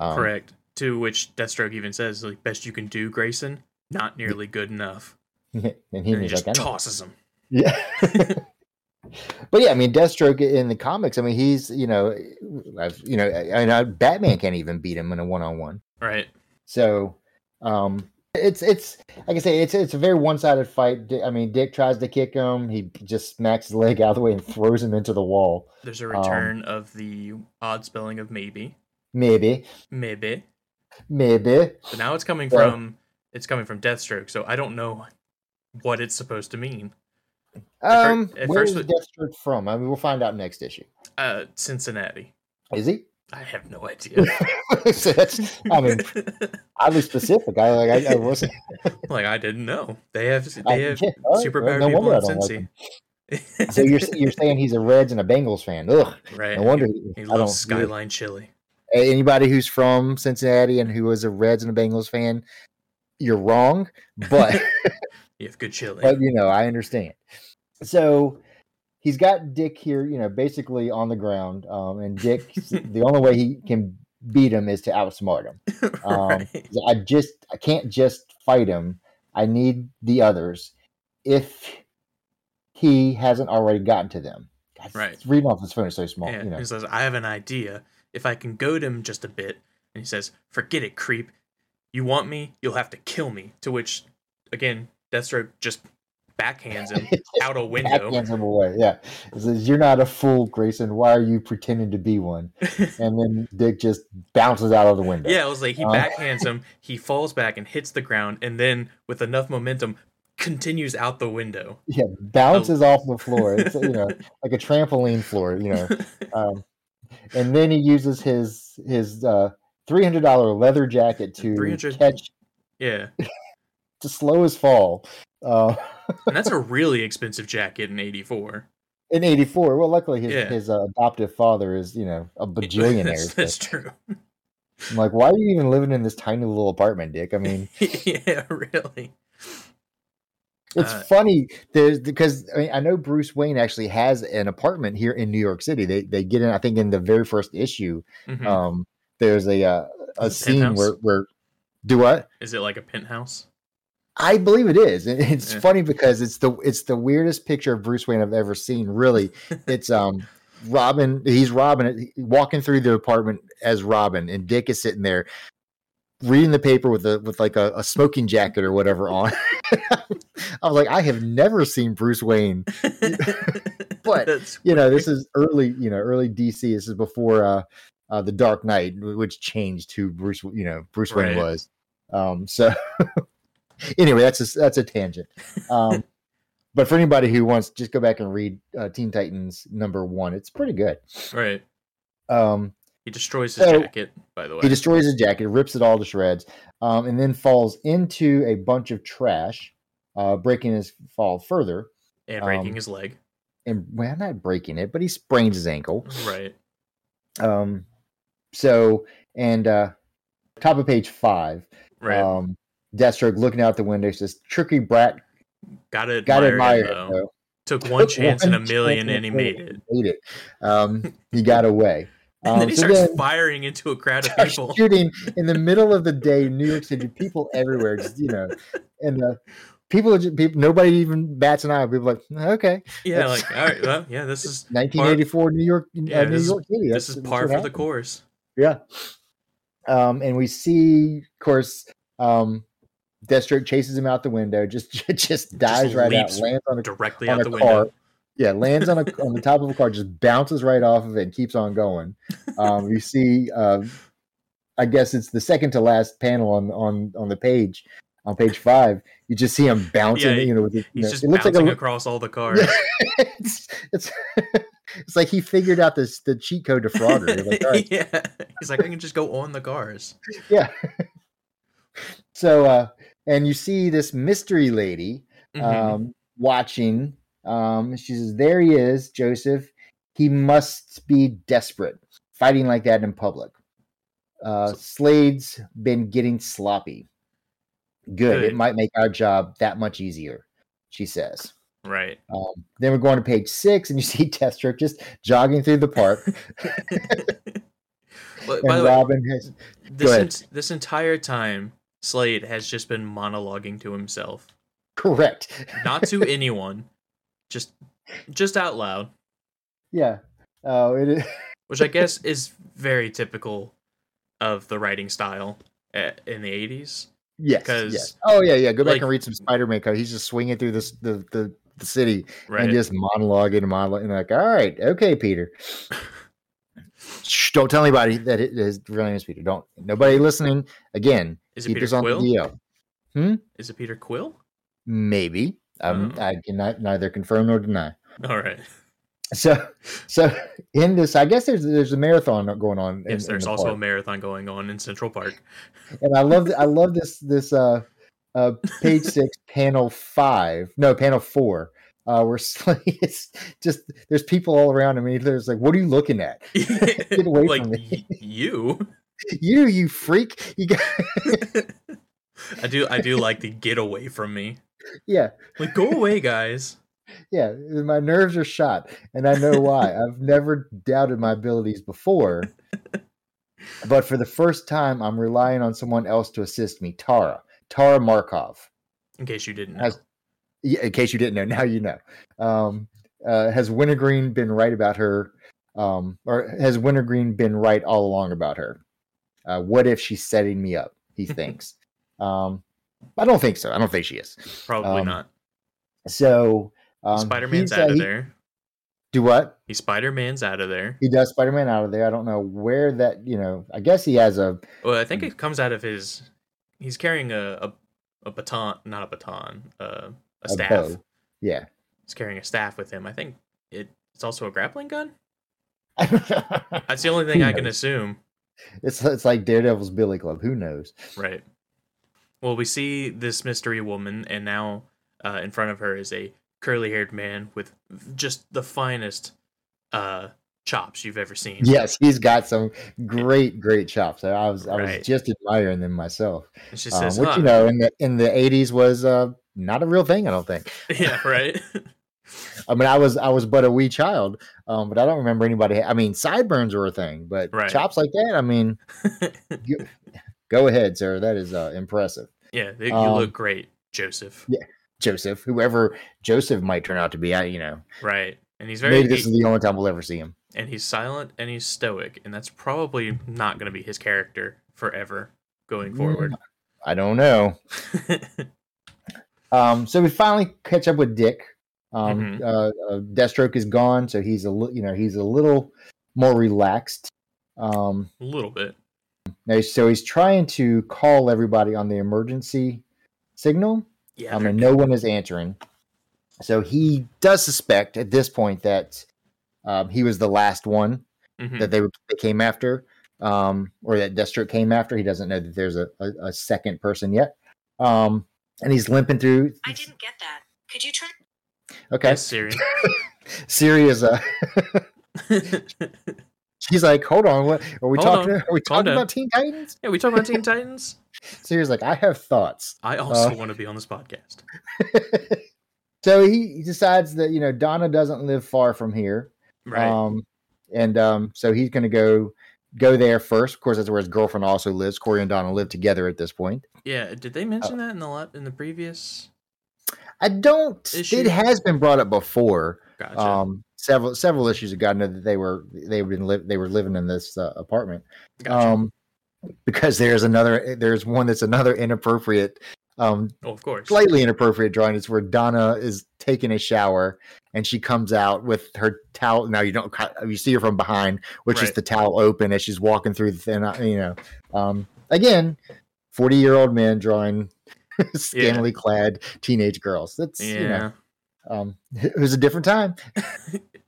A: Um,
B: Correct. To which Deathstroke even says, like, best you can do, Grayson, not nearly good enough.
A: And he
B: And he
A: was
B: just
A: like, I know.
B: tosses him.
A: yeah. But yeah, I mean, Deathstroke in the comics. I mean, he's you know, I've, you know, and uh Batman can't even beat him in a one-on-one.
B: Right.
A: So um it's it's like I say, it's it's a very one sided fight. Di- I mean, Dick tries to kick him, he just smacks his leg out of the way and throws him into the wall.
B: There's a
A: Um,
B: return of the odd spelling of maybe.
A: Maybe,
B: Maybe.
A: maybe.
B: But now it's coming
A: Yeah.
B: from it's coming from Deathstroke, so I don't know what it's supposed to mean. fir-
A: Um,
B: at
A: where's
B: first it-
A: Deathstroke from? I mean, we'll find out next issue.
B: Uh Cincinnati.
A: Is he?
B: I have no idea.
A: so that's I mean oddly specific. I like I, I wasn't.
B: like I didn't know. They have
A: I-
B: they have
A: yeah, all right,
B: superpower
A: no
B: people
A: wonder I
B: in
A: don't like
B: Cincy.
A: him. So you're you're saying he's a Reds and a Bengals fan? Ugh,
B: right.
A: no wonder
B: He
A: I don't.
B: loves Skyline Chili.
A: a- anybody who's from Cincinnati and who is a Reds and a Bengals fan, you're wrong. But
B: You have good chili.
A: but you know, I understand. So he's got Dick here, you know, basically on the ground, um, and Dick, the only way he can beat him is to outsmart him. Um,
B: Right.
A: he's like, I just, I can't just fight him. I need the others. If he hasn't already gotten to them, God,
B: Right.
A: it's Reading off his phone is so small,
B: Yeah,
A: you know.
B: he says, I have an idea. If I can goad him just a bit, and he says, Forget it, creep. You want me? You'll have to kill me. To which, again, Deathstroke just backhands him out a window.
A: backhands him away. Yeah. He says, You're not a fool, Grayson. Why are you pretending to be one? And then Dick just bounces out of the window.
B: yeah, it was like he
A: Um,
B: backhands him, he falls back and hits the ground, and then with enough momentum, continues out the window.
A: Yeah.
B: Oh.
A: Bounces off the floor. It's you know, like a trampoline floor, you know. Um, and then he uses his his uh three hundred dollar leather jacket to
B: 300
A: catch
B: yeah.
A: to slow his fall. Uh,
B: And that's a really expensive jacket in 84.
A: in eighty four. Well luckily his,
B: Yeah.
A: his uh, adoptive father is, you know, a bajillionaire.
B: that's,
A: so
B: that's true.
A: I'm like, why are you even living in this tiny little apartment, Dick? I mean
B: yeah, really.
A: It's
B: Uh,
A: funny there's because I, mean, I know Bruce Wayne actually has an apartment here in New York City. They they get in, I think, in the very first issue.
B: Mhm.
A: Um, there's a uh, a
B: Is it
A: scene where
B: Penthouse?
A: where do what
B: Is it like a penthouse?
A: I believe it is. And it's
B: Yeah.
A: funny because it's the it's the weirdest picture of Bruce Wayne I've ever seen. Really, it's um Robin. He's Robin walking through the apartment as Robin, and Dick is sitting there reading the paper with a with like a, a smoking jacket or whatever on. I was like, I have never seen Bruce Wayne. But,
B: That's-
A: You know, this is early. You know, early DC. This is before uh, uh the Dark Knight, wh- which changed who Bruce. You know, Bruce Wayne
B: Right.
A: was. Um. So anyway, that's a s- that's a tangent. Um. But for anybody who wants, just go back and read uh, Teen Titans number one. It's pretty good.
B: right.
A: Um,
B: He destroys his
A: So,
B: jacket, by the way.
A: he destroys his jacket, rips it all to shreds, um, and then falls into a bunch of trash, uh, breaking his fall further.
B: and breaking
A: um,
B: his leg.
A: And well, not breaking it, but he sprains his ankle.
B: Right.
A: Um, so and uh, top of page five,
B: Right.
A: um, Deathstroke looking out the window says, "Tricky brat,
B: gotta admire,
A: gotta
B: him,
A: admire it,
B: though.
A: though.
B: Took one
A: Took
B: chance in
A: one
B: a million
A: chance
B: and he
A: in a
B: made it.
A: million and Made it. Um, he got away.
B: And
A: Um,
B: then he
A: so
B: starts
A: then-
B: firing into a crowd of
A: start
B: people.
A: shooting in the middle of the day in New York City. People everywhere, just you know, and uh, people, are just, people, nobody even bats an eye. People are like, "Mm, okay,
B: Yeah, like, all right, well, yeah, this is
A: 1984 New York,
B: Yeah,
A: uh, New
B: this is-
A: York City.
B: this is
A: that's what
B: par for the
A: happened."
B: course.
A: Yeah. Um, and we see, of course, um, Deathstroke chases him out the window. Just just dies right out,
B: leaps
A: lands on a
B: Directly
A: on
B: out
A: a
B: the
A: car.
B: window.
A: Yeah, lands on a on the top of a car, just bounces right off of it, and keeps on going. Um, you see, uh, I guess it's the second to last panel on on on the page, on page five. You just see him bouncing.
B: he-
A: you know, with his, you
B: He's
A: know
B: just
A: it looks like
B: bouncing
A: a,
B: across all the cars.
A: it's it's, it's like he figured out this the cheat code defrauder. He's like, "All right,
B: yeah. He's like, I can just go on the cars.
A: So, uh, and you see this mystery lady
B: Mhm.
A: um, watching. Um, she says, "There he is, Joseph. He must be desperate, fighting like that in public. Uh,
B: So-
A: Slade's been getting sloppy. Good.
B: Good.
A: It might make our job that much easier," she says.
B: right.
A: Um, then we're going to page six, and you see Deathstroke just jogging through the park,
B: But, by
A: and
B: the way,
A: Robin has
B: this,
A: ahead.
B: en- this entire time, Slade has just been monologuing to himself.
A: correct.
B: not to anyone, just just out loud,
A: Yeah. Oh, it is.
B: which I guess is very typical of the writing style a- in the eighties.
A: Yes.
B: 'Cause,
A: Yes. Oh yeah, yeah. Go back
B: like-
A: and read some Spider-Man code. He's just swinging through this the the, the city
B: Right?
A: and just monologuing and monologuing. And like, all right, okay, Peter. Shh, don't tell anybody that it is real name is Peter. Don't nobody listening. Again,
B: is it
A: keep
B: Peter
A: this on the
B: Quill?
A: DL.
B: Is it Peter Quill?
A: Maybe. Um,
B: Oh.
A: I cannot neither confirm nor deny.
B: All right.
A: So, so in this, I guess there's there's a marathon going on. in-
B: Yes,
A: in
B: there's
A: the
B: also
A: park.
B: a marathon going on in Central Park.
A: and I love th- I love this this uh uh page six panel five no panel four uh where Slade is just there's people all around him and there's like what are you looking at
B: Get
A: away
B: like
A: from me.
B: y- you.
A: you you freak you got
B: I do I do like the get away from me.
A: yeah,
B: Like, go away, guys.
A: yeah. My nerves are shot, and I know why. I've never doubted my abilities before, but for the first time, I'm relying on someone else to assist me. Tara, Tara Markov.
B: In case you didn't know.
A: Has- yeah, in case you didn't know, now you know. Um, uh, has Wintergreen been right about her? Um, or has Wintergreen been right all along about her? Uh, what if she's setting me up? He thinks. um, I don't think so. I don't think she is.
B: Probably
A: um,
B: not.
A: So um,
B: Spider Man's
A: he's, uh,
B: out of
A: he-
B: there.
A: Do what?
B: He Spider Man's out of there.
A: He does Spider Man out of there. I don't know where that. You know, I guess he has a.
B: Well, I
A: Hmm.
B: think it comes out of his. He's carrying a a, a baton, not a baton, uh, a
A: bow.
B: staff.
A: Yeah.
B: He's carrying a staff with him. I think it, it's also a grappling gun.
A: it's
B: That's the only thing
A: Who
B: I can assume.
A: it's like Daredevil's Billy Club. Who knows?
B: Right. Well, we see this mystery woman, and now uh, in front of her is a curly haired man with just the finest uh, chops you've ever seen.
A: Yes, he's got some great, great chops. I was, I
B: Right.
A: was just admiring them myself.
B: And she
A: Um,
B: says,
A: which
B: huh.
A: you know, in the in the eighties was uh, not a real thing. I don't think.
B: Yeah, right?
A: I mean, I was I was but a wee child, um, but I don't remember anybody. I mean, sideburns were a thing, but
B: Right.
A: chops like that. I mean, you, go ahead, sir. That is uh, impressive,
B: yeah, they, you
A: Um,
B: look great, Joseph.
A: yeah. Joseph. Whoever Joseph might turn out to be, I you know,
B: Right. And he's very.
A: maybe this is the only time we'll ever see him.
B: and he's silent and he's stoic, and that's probably not going to be his character forever going
A: Mm.
B: forward.
A: I don't know. Um, so we finally catch up with Dick. Um,
B: Mhm.
A: uh, uh, Deathstroke is gone, so he's a li- you know he's a little more relaxed. Um,
B: a little bit.
A: now, so he's trying to call everybody on the emergency signal.
B: Yeah,
A: I
B: they're-
A: mean, no one is answering. So he does suspect at this point that um, he was the last one
B: mhm.
A: that they, were- they came after, um, or that Deathstroke came after. He doesn't know that there's a, a, a second person yet, um, and he's limping through.
C: I didn't get that. Could you try?
A: Okay,
B: Yes, Siri.
A: Siri is uh, she's like, hold on, what are we
B: Hold
A: talking?
B: on,
A: Are we talking
B: down.
A: about Teen Titans?
B: yeah, we talk about Teen Titans.
A: Siri's like, I have thoughts.
B: I also
A: Uh,
B: want to be on this podcast.
A: so he he decides that you know Donna doesn't live far from here,
B: Right.
A: um, and um, so he's going to go go there first. Of course, that's where his girlfriend also lives. Corey and Donna live together at this point.
B: yeah. Did they mention
A: uh,
B: that in the lot in the previous?
A: I don't.
B: Is she-
A: It has been brought up before.
B: Gotcha.
A: Um, several several issues ago, I know that they were they've been li- they were living in this uh, apartment.
B: gotcha.
A: um because there's another there's one that's another inappropriate um
B: oh, of course.
A: slightly inappropriate drawing it's where donna is taking a shower and she comes out with her towel now you don't ca- you see her from behind which is
B: Right.
A: the towel open as she's walking through the thin uh, you know um again 40 year old man drawing scantily clad teenage girls that's
B: yeah.
A: you know um it was a different time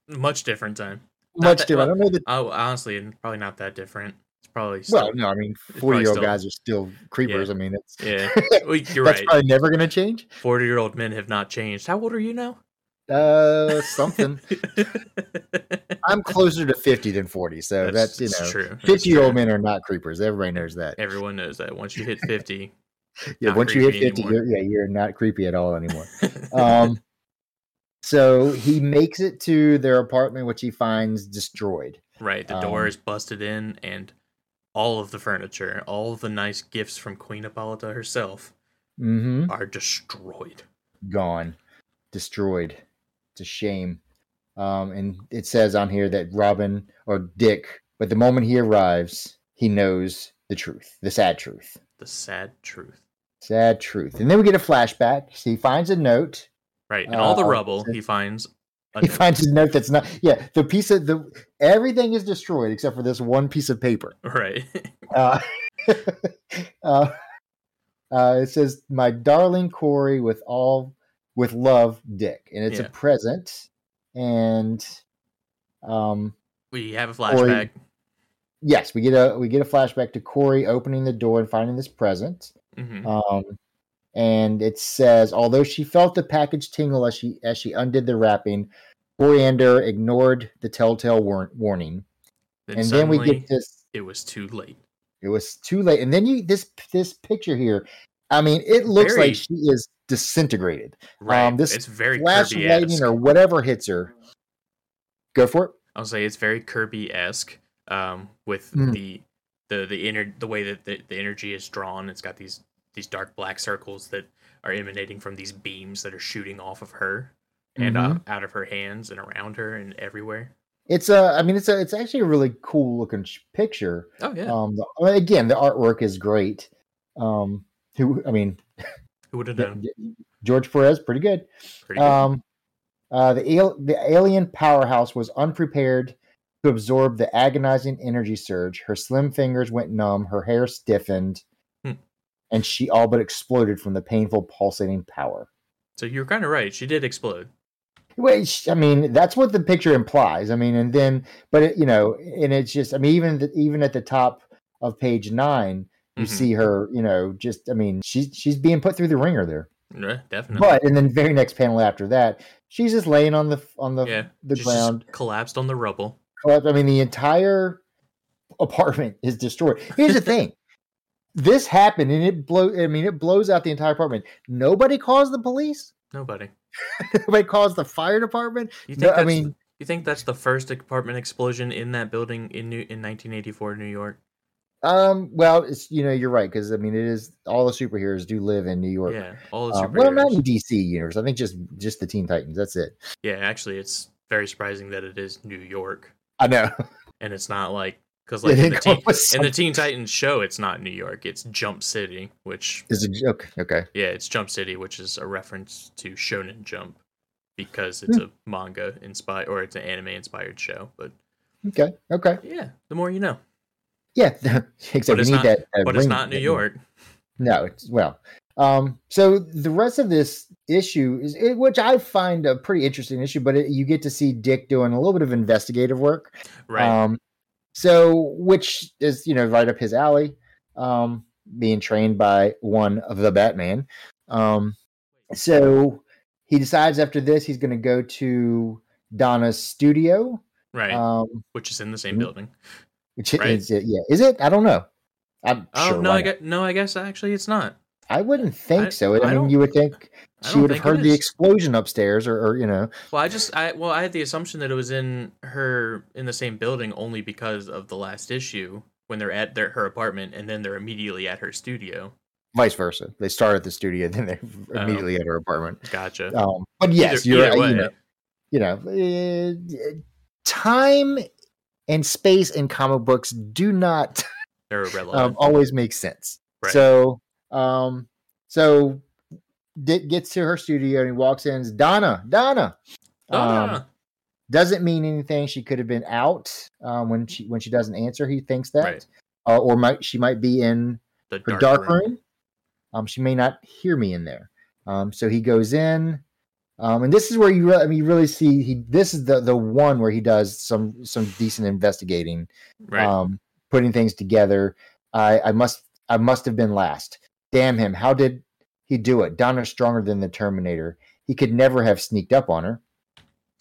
B: Much different time. Not
A: much
B: that-
A: different i don't know that
B: Oh, honestly, and probably not that different. It's probably still,
A: well no i mean
B: probably
A: 40 year old
B: still-
A: guys are still creepers i mean it's
B: yeah. Well, you're
A: that's
B: right.
A: probably never going to change.
B: Forty-year-old men have not changed. How old are you now?
A: Uh, something.
B: that's
A: I'm closer to 50 than 40, so that's, you know.
B: true. That's
A: 50 year
B: true.
A: old men are not creepers. Everybody knows that.
B: Everyone knows that once you hit fifty,
A: Yeah,
B: not
A: once you hit
B: creepy
A: 50,
B: anymore.
A: you're, yeah, you're not creepy at all anymore. Um, so he makes it to their apartment, which he finds destroyed.
B: right, the door
A: um,
B: is busted in, and all of the furniture, all of the nice gifts from Queen Hippolyta herself,
A: Mm-hmm.
B: are destroyed.
A: Gone, destroyed. It's a shame. Um, and it says on here that Robin or Dick, but the moment he arrives, he knows the truth, the sad truth.
B: The sad truth.
A: Sad truth. And then we get a flashback. So he finds a note.
B: Right. And all the
A: Uh,
B: rubble he finds a
A: He
B: note.
A: finds a note that's not. Yeah, the piece of the everything is destroyed except for this one piece of paper.
B: right.
A: Uh, uh, uh, it says, "My darling Corey, with all with love, Dick," and it's
B: Yeah.
A: a present. And um,
B: we have a
A: he-
B: flashback.
A: yes, we get a we get a flashback to Corey opening the door and finding this present.
B: hmm
A: Um, and it says, although she felt the package tingle as she as she undid the wrapping, Coriander ignored the telltale war- warning.
B: Then
A: and then
B: suddenly,
A: we get this.
B: it was too late.
A: It was too late. And then you this this picture here. I mean, it looks
B: Very-
A: like she is disintegrated.
B: Right.
A: Um, this
B: it's very
A: Flash
B: Kirby esque.
A: lightning or whatever hits her. Go for it.
B: I'll say it's very Kirby esque. Um, with
A: Mm.
B: the the the inner the way that the, the energy is drawn, it's got these these dark black circles that are emanating from these beams that are shooting off of her and
A: Mhm.
B: uh, out of her hands and around her and everywhere.
A: It's a. I mean, it's a. It's actually a really cool looking sh- picture.
B: Oh yeah,
A: Um, the- well, again, the artwork is great. Um, who? I mean,
B: who would have
A: the-
B: known?
A: the- George Perez, pretty good.
B: Pretty good.
A: Um, uh, the al- the alien powerhouse was unprepared to absorb the agonizing energy surge. Her slim fingers went numb. Her hair stiffened,
B: Hmm.
A: and she all but exploded from the painful pulsating power.
B: so you're kind of right. She did explode.
A: Well, sh- I mean, that's what the picture implies. I mean, and then, but it, you know, and it's just, I mean, even the, even at the top of page nine, you
B: Mhm.
A: see her, you know, just, I mean, she's she's being put through the ringer there.
B: Yeah, definitely.
A: But and then very next panel after that, she's just laying on the f- on the
B: yeah,
A: the
B: she's just
A: ground.
B: collapsed on the rubble.
A: Collapsed. I mean, the entire apartment is destroyed. Here's the thing. This happened and it blow I mean it blows out the entire apartment. Nobody calls the police.
B: Nobody.
A: Nobody calls the fire department.
B: You think
A: No,
B: that's
A: I mean
B: the, you think that's the first apartment explosion in that building in New in 1984 New York?
A: Um. Well, it's you know you're right because I mean it is all the superheroes do live in New York.
B: Yeah, all the
A: Uh,
B: superheroes.
A: well, not in DC universe. I think just just the Teen Titans. That's it.
B: yeah, actually, it's very surprising that it is New York
A: I know.
B: and it's not like because
A: They
B: like in
A: didn't
B: the,
A: come
B: teen,
A: up with
B: in the
A: something.
B: Teen Titans show, it's not New York, it's Jump City, which
A: It's a joke. Okay.
B: yeah, it's Jump City, which is a reference to Shonen Jump because
A: Hmm.
B: it's a manga inspired or it's an anime inspired show. But
A: Okay. Okay.
B: yeah, the more you know.
A: Yeah. Except we
B: it's
A: need
B: not-
A: that. uh,
B: But it's
A: ring
B: not New
A: that-
B: York.
A: No. It's well. Um. So the rest of this issue is it, which I find a pretty interesting issue, but it, you get to see Dick doing a little bit of investigative work.
B: Right.
A: Um, so, which is you know right up his alley, um, being trained by one of the Batman. Um, so he decides after this he's going to go to Donna's studio,
B: right.
A: um,
B: which is in the same
A: mhm.
B: building.
A: which
B: Right.
A: is it, yeah, is it? I don't know. I'm
B: Oh
A: sure.
B: no,
A: why
B: I
A: not?
B: guess no, I guess actually it's not.
A: I wouldn't think
B: I-
A: so.
B: I
A: I, mean,
B: don't-
A: you would think
B: I
A: she
B: don't
A: would have
B: think it
A: heard the
B: is.
A: explosion upstairs, or, or you know,
B: Well, I just I well I had the assumption that it was in her in the same building only because of the last issue when they're at their her apartment and then they're immediately at her studio.
A: vice versa. They start at the studio, then they're
B: Oh.
A: immediately at her apartment.
B: Gotcha.
A: Um, but yes,
B: Either-
A: you're
B: either
A: uh, you
B: way,
A: know, you know, uh, time and space in comic books do not
B: they're
A: um,
B: irrelevant.
A: always make sense.
B: Right.
A: So, um, so Dick gets to her studio and he walks in. It's Donna, Donna. Um,
B: Donna!
A: doesn't mean anything. She could have been out um, when she when she doesn't answer. He thinks that,
B: Right.
A: Uh, or might she might be in
B: the
A: her dark, room. Um, she may not hear me in there. Um, so he goes in, um, and this is where you really, I mean, you really see he. This is the the one where he does some some decent investigating,
B: Right.
A: um, putting things together. I I must I must have been last. Damn him! How did he do it? Donna's stronger than the Terminator. He could never have sneaked up on her.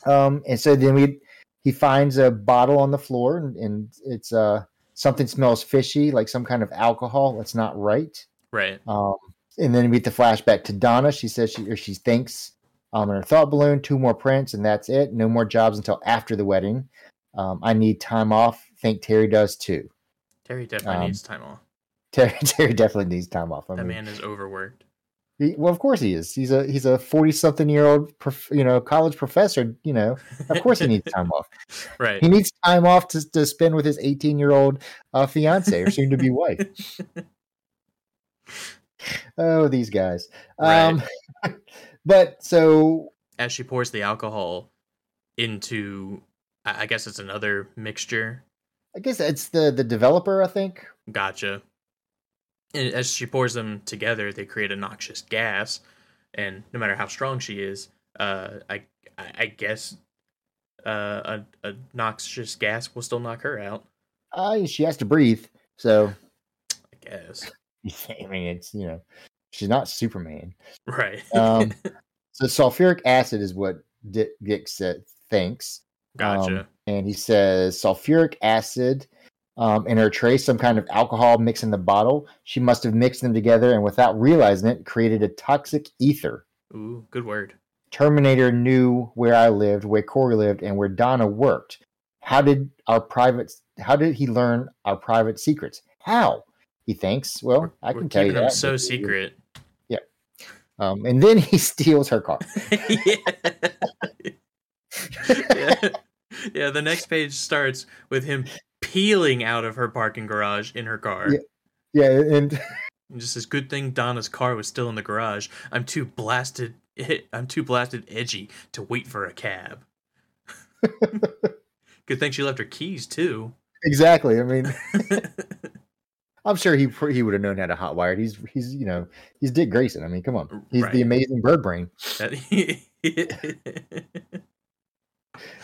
A: Um, and so then we he finds a bottle on the floor, and, and it's uh something smells fishy, like some kind of alcohol. That's not right.
B: right.
A: Um, and then we get the flashback to Donna. She says she or she thinks um, in her thought balloon, two more prints, and that's it. No more jobs until after the wedding. Um, I need time off. Think Terry does too.
B: Terry definitely
A: um,
B: needs time off.
A: Terry, Terry definitely needs time off. I
B: That
A: mean,
B: man is overworked.
A: he- well, of course he is. He's a he's a forty something year old, prof, you know, college professor. You know, of course he needs time off.
B: right.
A: He needs time off to, to spend with his 18 year old uh, fiance or soon to be wife. oh, these guys. Um, but so,
B: As she pours the alcohol into I I guess it's another mixture
A: I guess it's the the developer. I think.
B: Gotcha. And as she pours them together, they create a noxious gas, and no matter how strong she is, uh, I I I guess uh, a a noxious gas will still knock her out.
A: Uh, she has to breathe, so
B: I guess.
A: I mean it's you know she's not Superman.
B: Right.
A: Um, so sulfuric acid is what Dick, Dick said, thinks,
B: gotcha.
A: um, and he says sulfuric acid um, in her tray some kind of alcohol mixed in the bottle. She must have mixed them together and, without realizing it, created a toxic ether.
B: Ooh, good word.
A: Terminator knew where I lived, where Corey lived, and where Donna worked. How did our private? How did he learn our private secrets? How? He thinks. Well, I
B: We're
A: can tell you
B: keeping them
A: that.
B: so secret.
A: Um, and then he steals her car.
B: yeah. yeah. Yeah, the next page starts with him peeling out of her parking garage in her car.
A: Yeah. Yeah, and
B: And just says, "Good thing Donna's car was still in the garage. I'm too blasted. I'm too blasted edgy to wait for a cab. Good thing she left her keys too.
A: exactly. I mean, I'm sure he pr- he would have known how to hotwire it. He's he's you know he's Dick Grayson. I mean, come on, he's
B: Right.
A: the amazing bird brain.
B: That-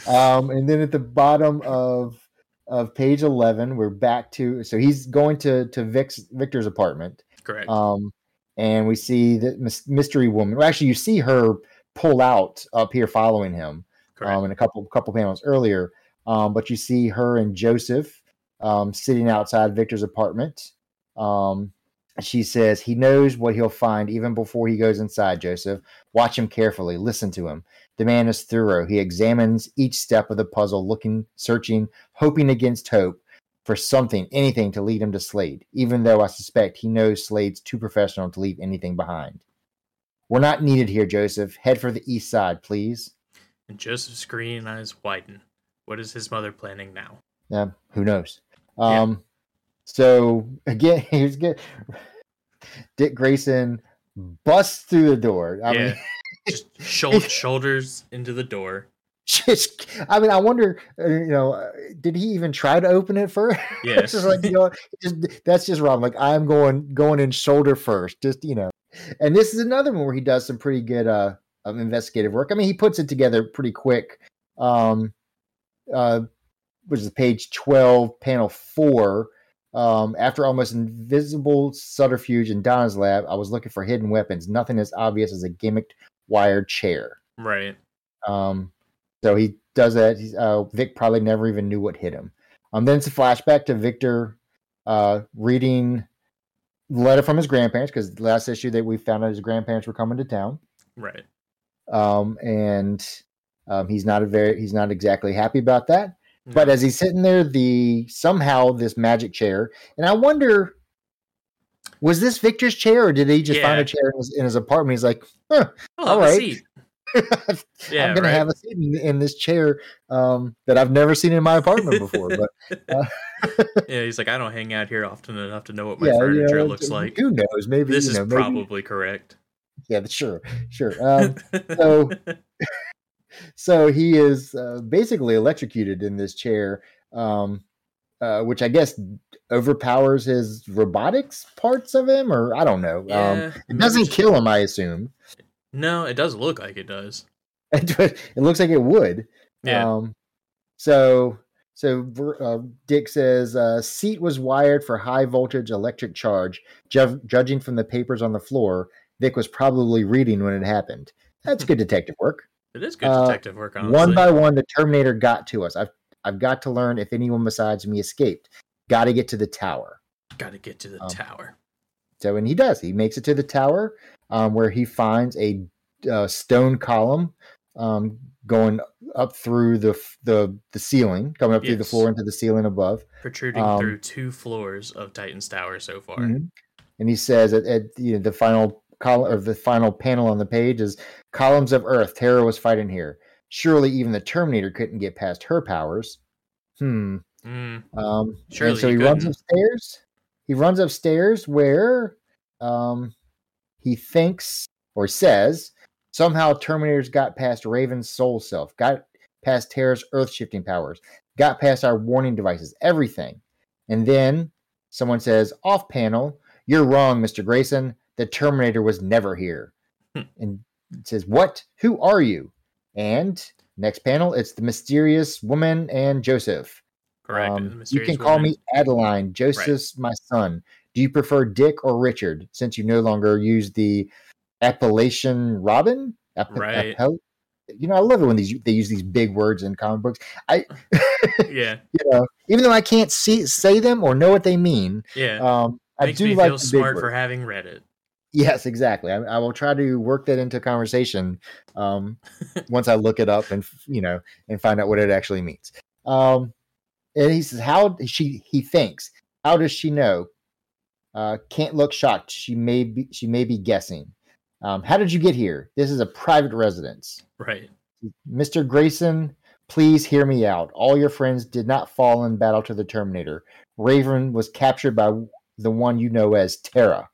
A: Um, and then at the bottom of of page eleven, we're back to so he's going to to Vic's Victor's apartment.
B: Correct.
A: Um, and we see the mys- mystery woman. Well, actually, you see her pull out up here following him.
B: Correct.
A: um, in a couple couple panels earlier. Um, but you see her and Joseph um, sitting outside Victor's apartment. Um, she says he knows what he'll find even before he goes inside. Joseph, watch him carefully. Listen to him. The man is thorough. He examines each step of the puzzle, looking, searching, hoping against hope for something, anything to lead him to Slade. Even though I suspect he knows Slade's too professional to leave anything behind. We're not needed here, Joseph. Head for the east side, please.
B: and Joseph's green eyes widen. What is his mother planning now?
A: Um, who knows?
B: Yeah.
A: Um, So again, here's good. Dick Grayson busts through the door. I
B: yeah.
A: mean,
B: just shou- shoulders into the door.
A: just, I mean, I wonder, uh, you know, uh, did he even try to open it first?
B: Yeah.
A: It's just like you know, just, that's just wrong. Like I'm going going in shoulder first, just you know. And this is another one where he does some pretty good uh um, investigative work. I mean, he puts it together pretty quick. Um, uh, which is page twelve, panel four. Um, after almost invisible subterfuge in Don's lab, I was looking for hidden weapons. Nothing as obvious as a gimmicked wired chair.
B: Right.
A: Um, so he does that. He's, uh, Vic probably never even knew what hit him. Um, then it's a flashback to Victor uh, reading letter from his grandparents because last issue that we found out his grandparents were coming to town,
B: Right.
A: um, and um, he's not a very he's not exactly happy about that. But
B: No.
A: as he's sitting there, the somehow this magic chair, and I wonder. Was this Victor's chair, or did he just find
B: Yeah.
A: a chair in his, in his apartment? He's like,
B: I'll Oh, have
A: all
B: a
A: right.
B: seat. Yeah.
A: I'm gonna
B: right.
A: have a seat in, in this chair um, that I've never seen in my apartment before. But
B: yeah, he's like, I don't hang out here often enough to know what my
A: yeah, you
B: furniture
A: know,
B: looks like.
A: Who knows? Maybe
B: This
A: you
B: is
A: know, maybe-
B: probably correct.
A: yeah. Sure, sure. Um, so- so he is uh, basically electrocuted in this chair, um, uh, which I guess overpowers his robotics parts of him, or I don't know. Um,
B: Yeah,
A: it
B: maybe
A: doesn't
B: just-
A: kill him, I assume.
B: No, it does look like it does.
A: it looks like it would.
B: Yeah.
A: Um, so so Ver- uh, Dick says uh, seat was wired for high voltage electric charge. Ju- judging from the papers on the floor, Vic was probably reading when it happened. That's good detective work.
B: it is good
A: uh,
B: detective work, honestly.
A: One by one, the Terminator got to us. I've I've got to learn if anyone besides me escaped. Got to get to the tower.
B: Got to get to the
A: um,
B: tower.
A: So and he does. He makes it to the tower, um, where he finds a uh, stone column um, going up through the f- the the ceiling, coming up through the
B: Yes.
A: floor into the ceiling above.
B: Protruding
A: um,
B: through two floors of Titan's Tower so far.
A: Mhm. And he says at, at you know, the final column or the final panel on the page is columns of Earth. Terra was fighting here. Surely even the Terminator couldn't get past her powers. Hmm.
B: Mm,
A: Um, and
B: Surely
A: so
B: he
A: he runs
B: couldn't.
A: upstairs. He runs upstairs where um, he thinks or says somehow Terminators got past Raven's soul self, got past Terra's earth shifting powers, got past our warning devices, everything. And then someone says, off panel, you're wrong, Mr. Grayson. The Terminator was never here.
B: Hmm.
A: And it says, What? Who are you? And next panel, it's the mysterious woman and Joseph.
B: correct.
A: Um,
B: and the
A: you
B: mysterious
A: can call
B: woman.
A: me Adeline. Joseph's my son. Do you prefer Dick or Richard? Since you no longer use the appellation Robin, App-
B: Right.
A: appel- you know, I love it when these they use these big words in comic books. I,
B: yeah,
A: you know, even though I can't see say them or know what they mean,
B: yeah.
A: um, I
B: Makes
A: do
B: me
A: like
B: feel
A: the big
B: smart
A: words.
B: for having read it.
A: Yes, exactly. I, I will try to work that into conversation um, once I look it up and you know and find out what it actually means. Um, and he says, "How she he thinks? How does she know? Uh, can't look shocked. She may be she may be guessing. Um, how did you get here? This is a private residence,
B: Right.
A: Mister Grayson. Please hear me out. All your friends did not fall in battle to the Terminator. Raven was captured by the one you know as Terra."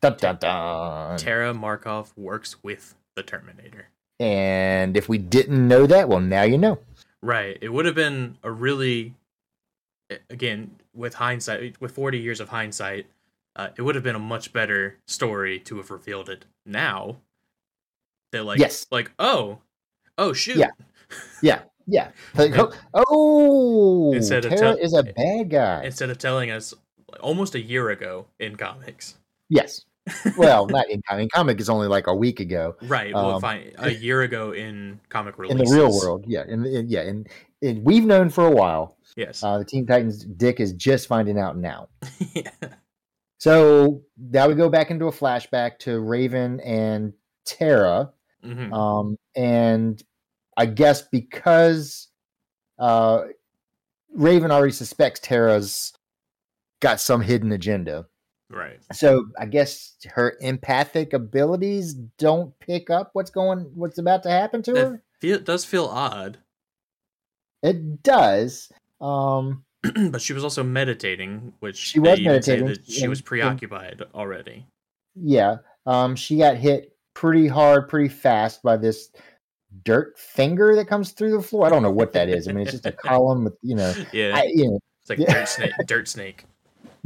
A: Dun, dun, dun.
B: Tara Markov works with the Terminator.
A: And if we didn't know that, well, now you know.
B: Right. It would have been a really, a- again, with hindsight, with 40 years of hindsight, uh, it would have been a much better story to have revealed it now. They're like,
A: Yes.
B: like, oh, oh, shoot.
A: Yeah. Yeah. Like,
B: And-
A: oh, oh,
B: Instead of
A: Tara
B: tell-
A: is a bad guy.
B: Instead of telling us like, almost a year ago in comics.
A: yes. Well, not in comic. Comic is only like a week ago
B: Right. Well,
A: Um,
B: fine. A year ago in comic
A: in
B: releases.
A: the real world. Yeah. In, in, yeah. And in, we've known for a while.
B: Yes.
A: Uh, the Teen Titans Dick is just finding out now.
B: yeah.
A: So now we go back into a flashback to Raven and Tara.
B: Mhm.
A: um, and I guess because uh, Raven already suspects Tara's got some hidden agenda,
B: Right.
A: so I guess her empathic abilities don't pick up what's going, what's about to happen to
B: That
A: her.
B: feel, does feel odd,
A: It does. Um,
B: but she was also meditating, which
A: She
B: they
A: was
B: even Say
A: meditating,
B: that she
A: and-
B: was
A: and-
B: preoccupied already.
A: yeah, um, she got hit pretty hard, pretty fast by this dirt finger that comes through the floor. I don't know what that is. I mean, it's just a column with you know,
B: Yeah,
A: I, you know,
B: it's like
A: yeah.
B: dirt snake. Dirt snake.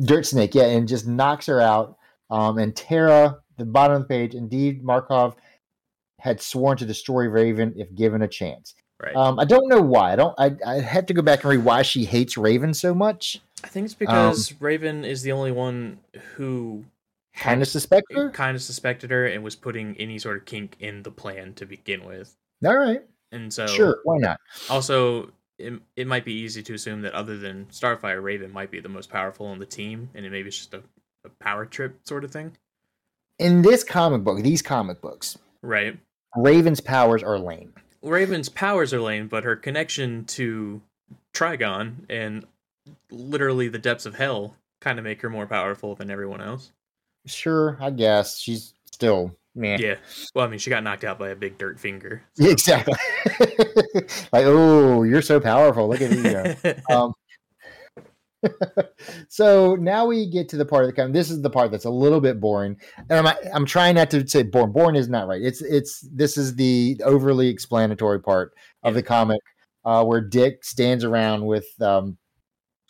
A: Dirt Snake, yeah, and just knocks her out. Um, and Tara, the bottom of the page, indeed, Markov had sworn to destroy Raven if given a chance.
B: Right.
A: Um, I don't know why. I don't. I I had to go back and read why she hates Raven so much.
B: I think
A: um,
B: it's because Raven is the only one who
A: Kind of suspect her.
B: kind of suspected her and was putting any sort of kink in the plan to begin with,
A: All right,
B: and so
A: sure, why not?
B: Also, it, it might be easy to assume that other than Starfire, Raven might be the most powerful on the team, and it maybe it's just a, a power trip sort of thing,
A: In this comic book, these comic books,
B: right?
A: Raven's powers are lame.
B: Raven's powers are lame, but her connection to Trigon and literally the depths of hell kind of make her more powerful than everyone else.
A: Sure, I guess she's still meh.
B: Yeah. Well, I mean, she got knocked out by a big dirt finger.
A: Yeah, exactly. like, oh, you're so powerful. Look at you. uh, um, so now we get to the part of the comic. This is the part that's a little bit boring, and I'm I'm trying not to say boring. Boring is not right. It's it's this is the overly explanatory part of the comic uh, where Dick stands around with um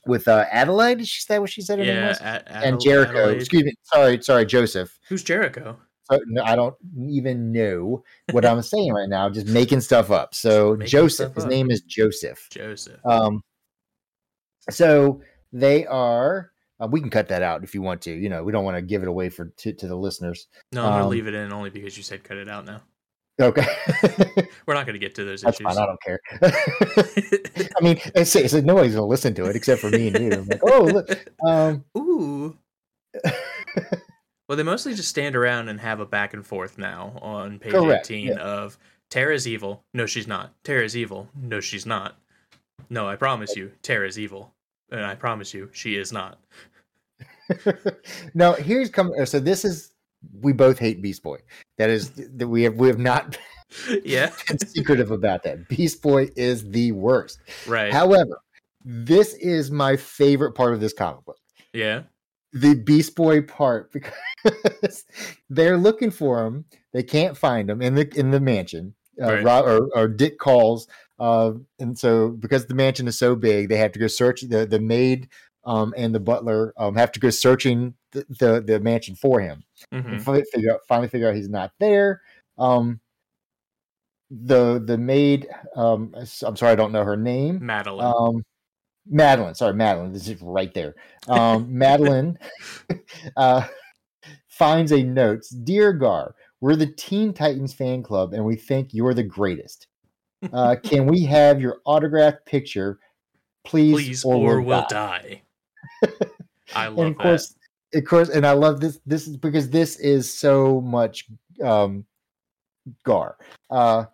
A: with uh, Adelaide. Is she- that what she said her name
B: yeah.
A: was?
B: A- Adel-
A: And Jericho.
B: Adelaide-
A: Excuse me. Sorry, sorry, Joseph.
B: Who's Jericho?
A: So, no, I don't even know what I'm saying right now. Just making stuff up. So
B: Making
A: Joseph.
B: stuff
A: His
B: up.
A: name is Joseph.
B: Joseph.
A: Um, so they are. Uh, we can cut that out if you want to. You know, we don't want to give it away for to, to the listeners.
B: No, I'm going to
A: um,
B: leave it in only because you said cut it out now.
A: Okay,
B: We're not going to get to those
A: that's
B: issues.
A: fine. I don't care. I mean, it's, it's like nobody's gonna listen to it except for me and you. I'm like, oh, look. Um,
B: Ooh. well, they mostly just stand around and have a back and forth now on page
A: Correct,
B: 18 of Tara's evil. No, she's not. Tara's evil. No, she's not. No, I promise you, Tara's evil. And I promise you, she is not.
A: now here's come. So this is we both hate Beast Boy. That is that we have we have not
B: yeah.
A: been secretive about that. Beast Boy is the worst.
B: Right.
A: However, this is my favorite part of this comic book.
B: yeah.
A: the Beast Boy part because they're looking for him. They can't find him in the in the mansion. Uh,
B: Right.
A: Rob, or, or Dick calls, uh, and so because the mansion is so big, they have to go search. the The maid um, and the butler um, have to go searching the the, the mansion for him.
B: hmm
A: And fi- figure out, finally figure out he's not there. Um, the the maid, um, s- I'm sorry, I don't know her name.
B: Madeline.
A: Um, Madeline, sorry, Madeline. This is right there. Um, Madeline uh, finds a note. Dear Gar, We're the Teen Titans fan club, and we think you're the greatest. Uh, can we have your autographed picture, please?
B: Please, or, we'll, die. I love
A: of course,
B: that.
A: of course and i love this this is because this is so much um gar uh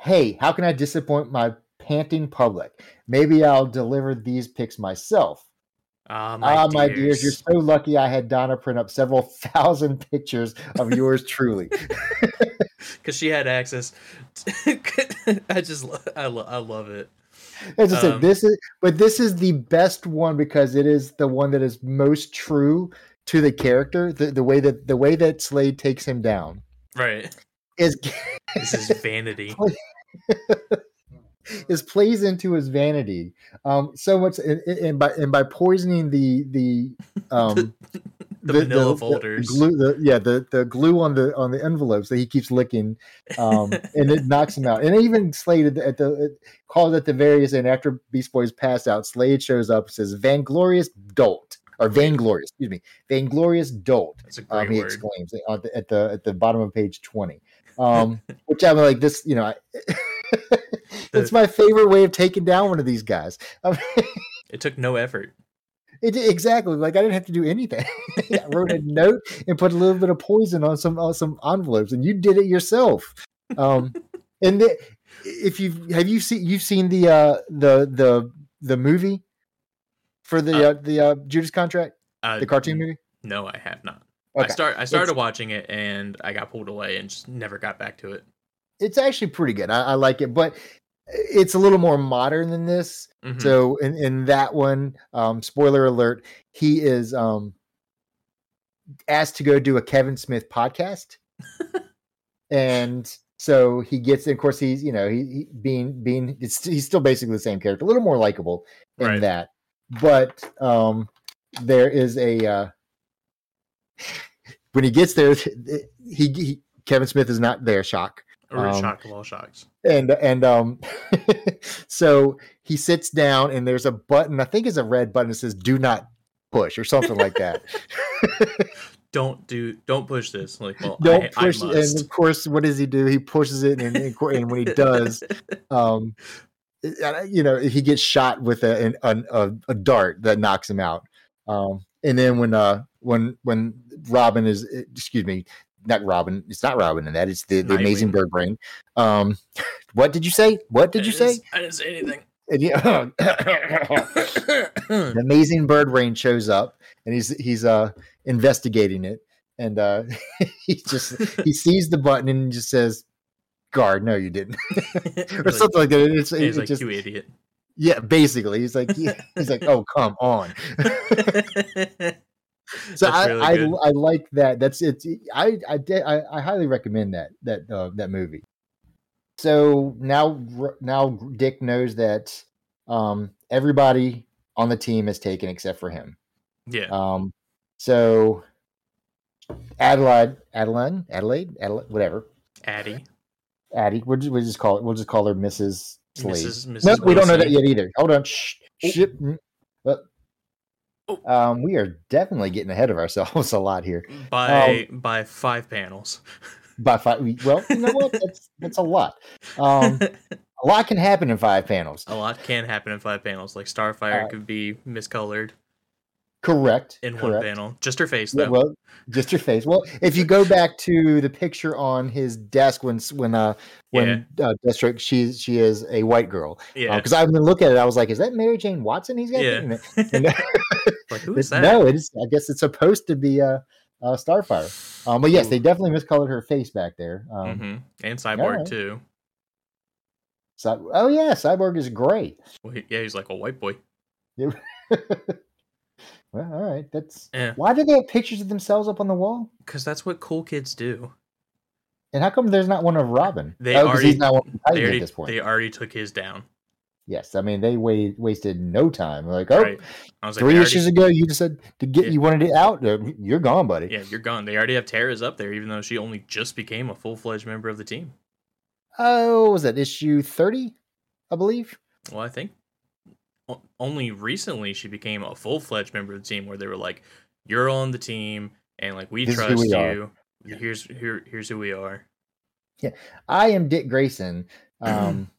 A: hey how can i disappoint my panting public maybe i'll deliver these picks myself
B: Ah, my,
A: ah
B: dears.
A: my dears you're so lucky i had donna print up several thousand pictures of yours truly
B: because she had access. I just, lo- I, lo- I love it.
A: as i said
B: Um,
A: this is but this is the best one because it is the one that is most true to the character the, the way that the way that slade takes him down
B: Right.
A: is
B: This is vanity. Mm-hmm.
A: is plays into his vanity um so much and, and- and by and by poisoning the the um
B: The manila folders.
A: the glue the, yeah the the glue on the on the envelopes that he keeps licking um and it knocks him out and even slade at the, at the it called at the various end after beast boys pass out slade shows up and says vainglorious dolt or vainglorious excuse me vainglorious dolt
B: That's a great
A: um, he
B: word.
A: exclaims at the, at the at the bottom of page 20 um which i'm like this you know I, it's my favorite way of taking down one of these guys Um,
B: It took no effort.
A: it, exactly like i didn't have to do anything i wrote a note and put a little bit of poison on some on some envelopes and you did it yourself um and the, if you've have you seen you've seen the uh the the the movie for the uh, the uh, judas contract
B: Uh,
A: the cartoon movie
B: No, I have not. I
A: Okay.
B: start. I started watching it and I got pulled away and just never got back to it.
A: it's actually pretty good. I, I like it, but it's a little more modern than this.
B: Mhm.
A: So in, in that one, um, spoiler alert, he is um, asked to go do a Kevin Smith podcast, and so he gets. Of course, he's you know he, he being being it's, he's still basically the same character, a little more likable in
B: Right.
A: that, but um, there is a uh, when he gets there, he, he Kevin Smith is not there. Shock
B: Or
A: um,
B: shock of all shocks.
A: and and um so he sits down and there's a button i think it's a red button that says do not push or something like that
B: Don't do. Don't push this. Like, well,
A: don't
B: I,
A: push
B: I
A: it.
B: must.
A: and of course what does he do he pushes it and, and, and when he does um and, uh, you know he gets shot with a an, an, a, a dart that knocks him out um and then when uh when when robin is eh, excuse me not robin it's not robin in that it's the, the amazing
B: Nightwing.
A: bird brain um what did you say what did you
B: I
A: say
B: didn't- I didn't say anything.
A: And he- the amazing bird brain shows up and he's he's uh investigating it and uh he just he sees the button and just says guard no you didn't or
B: Like,
A: something like that And it's,
B: He's
A: it
B: like,
A: just,
B: you idiot.
A: yeah basically he's like yeah. he's like oh come on so
B: That's
A: I,
B: really
A: I
B: good.
A: i like that that's it's i i de- I, I highly recommend that that uh, that movie so now r- now dick knows that um everybody on the team is taken except for him
B: yeah.
A: Um, so Adelaide, Adeline, Adelaide, Adelaide, whatever,
B: Addie.
A: Addie. We'll just, we'll just call it. We'll just call her Mrs. Slade.
B: Mrs. Mrs.
A: no, we don't know that
B: Wilson.
A: yet either. Hold on. Shh, shh, mm, well,
B: Oh.
A: um, we are definitely getting ahead of ourselves a lot here.
B: By
A: Um,
B: by five panels.
A: By five, we- well, you know what? That's that's a lot. Um, a lot can happen in five panels.
B: a lot can happen in five panels. Like Starfire
A: Uh,
B: could be miscolored
A: Correct.
B: in one
A: correct.
B: panel. Just her face
A: Yeah,
B: though.
A: well, just your face. Well, if you go back to the picture on his desk when s- when uh when uh, Deathstroke, she she is a white girl.
B: yeah.
A: Because I've been looking at it, I was like, is that Mary Jane Watson? He's got
B: Yeah.
A: in it. And,
B: like who is that?
A: no, it is. I guess it's supposed to be a, uh Starfire. Um, but yes,
B: Ooh.
A: they definitely miscolored her face back there. Um,
B: hmm And Cyborg
A: right.
B: too.
A: so- oh yeah, Cyborg is gray.
B: Well, he- yeah, he's like a white boy.
A: Well, all right, that's.
B: Yeah.
A: Why do they have pictures of themselves up on the wall?
B: Because Eh, that's what cool kids do.
A: And how come there's not one of Robin?
B: They
A: oh, 'cause
B: already-
A: he's not one of the
B: They
A: Titans at
B: already,
A: this point.
B: they already took his down.
A: Yes, I mean they waited, wasted no time. Like, oh,
B: Right. I was like,
A: three
B: they
A: issues ago, you just said to get
B: Yeah.
A: you wanted it out. uh, You're gone, buddy.
B: already, yeah, you're gone. They already have Terra's up there, even though she only just became a full fledged member of the team.
A: Oh, was that issue thirty? I believe.
B: Well, I think o- only recently she became a full fledged member of the team, where they were like, "You're on the team, and like we
A: This is who
B: trust
A: we are.
B: you. Yeah. Here's here here's who we are.
A: I am Dick Grayson. Um,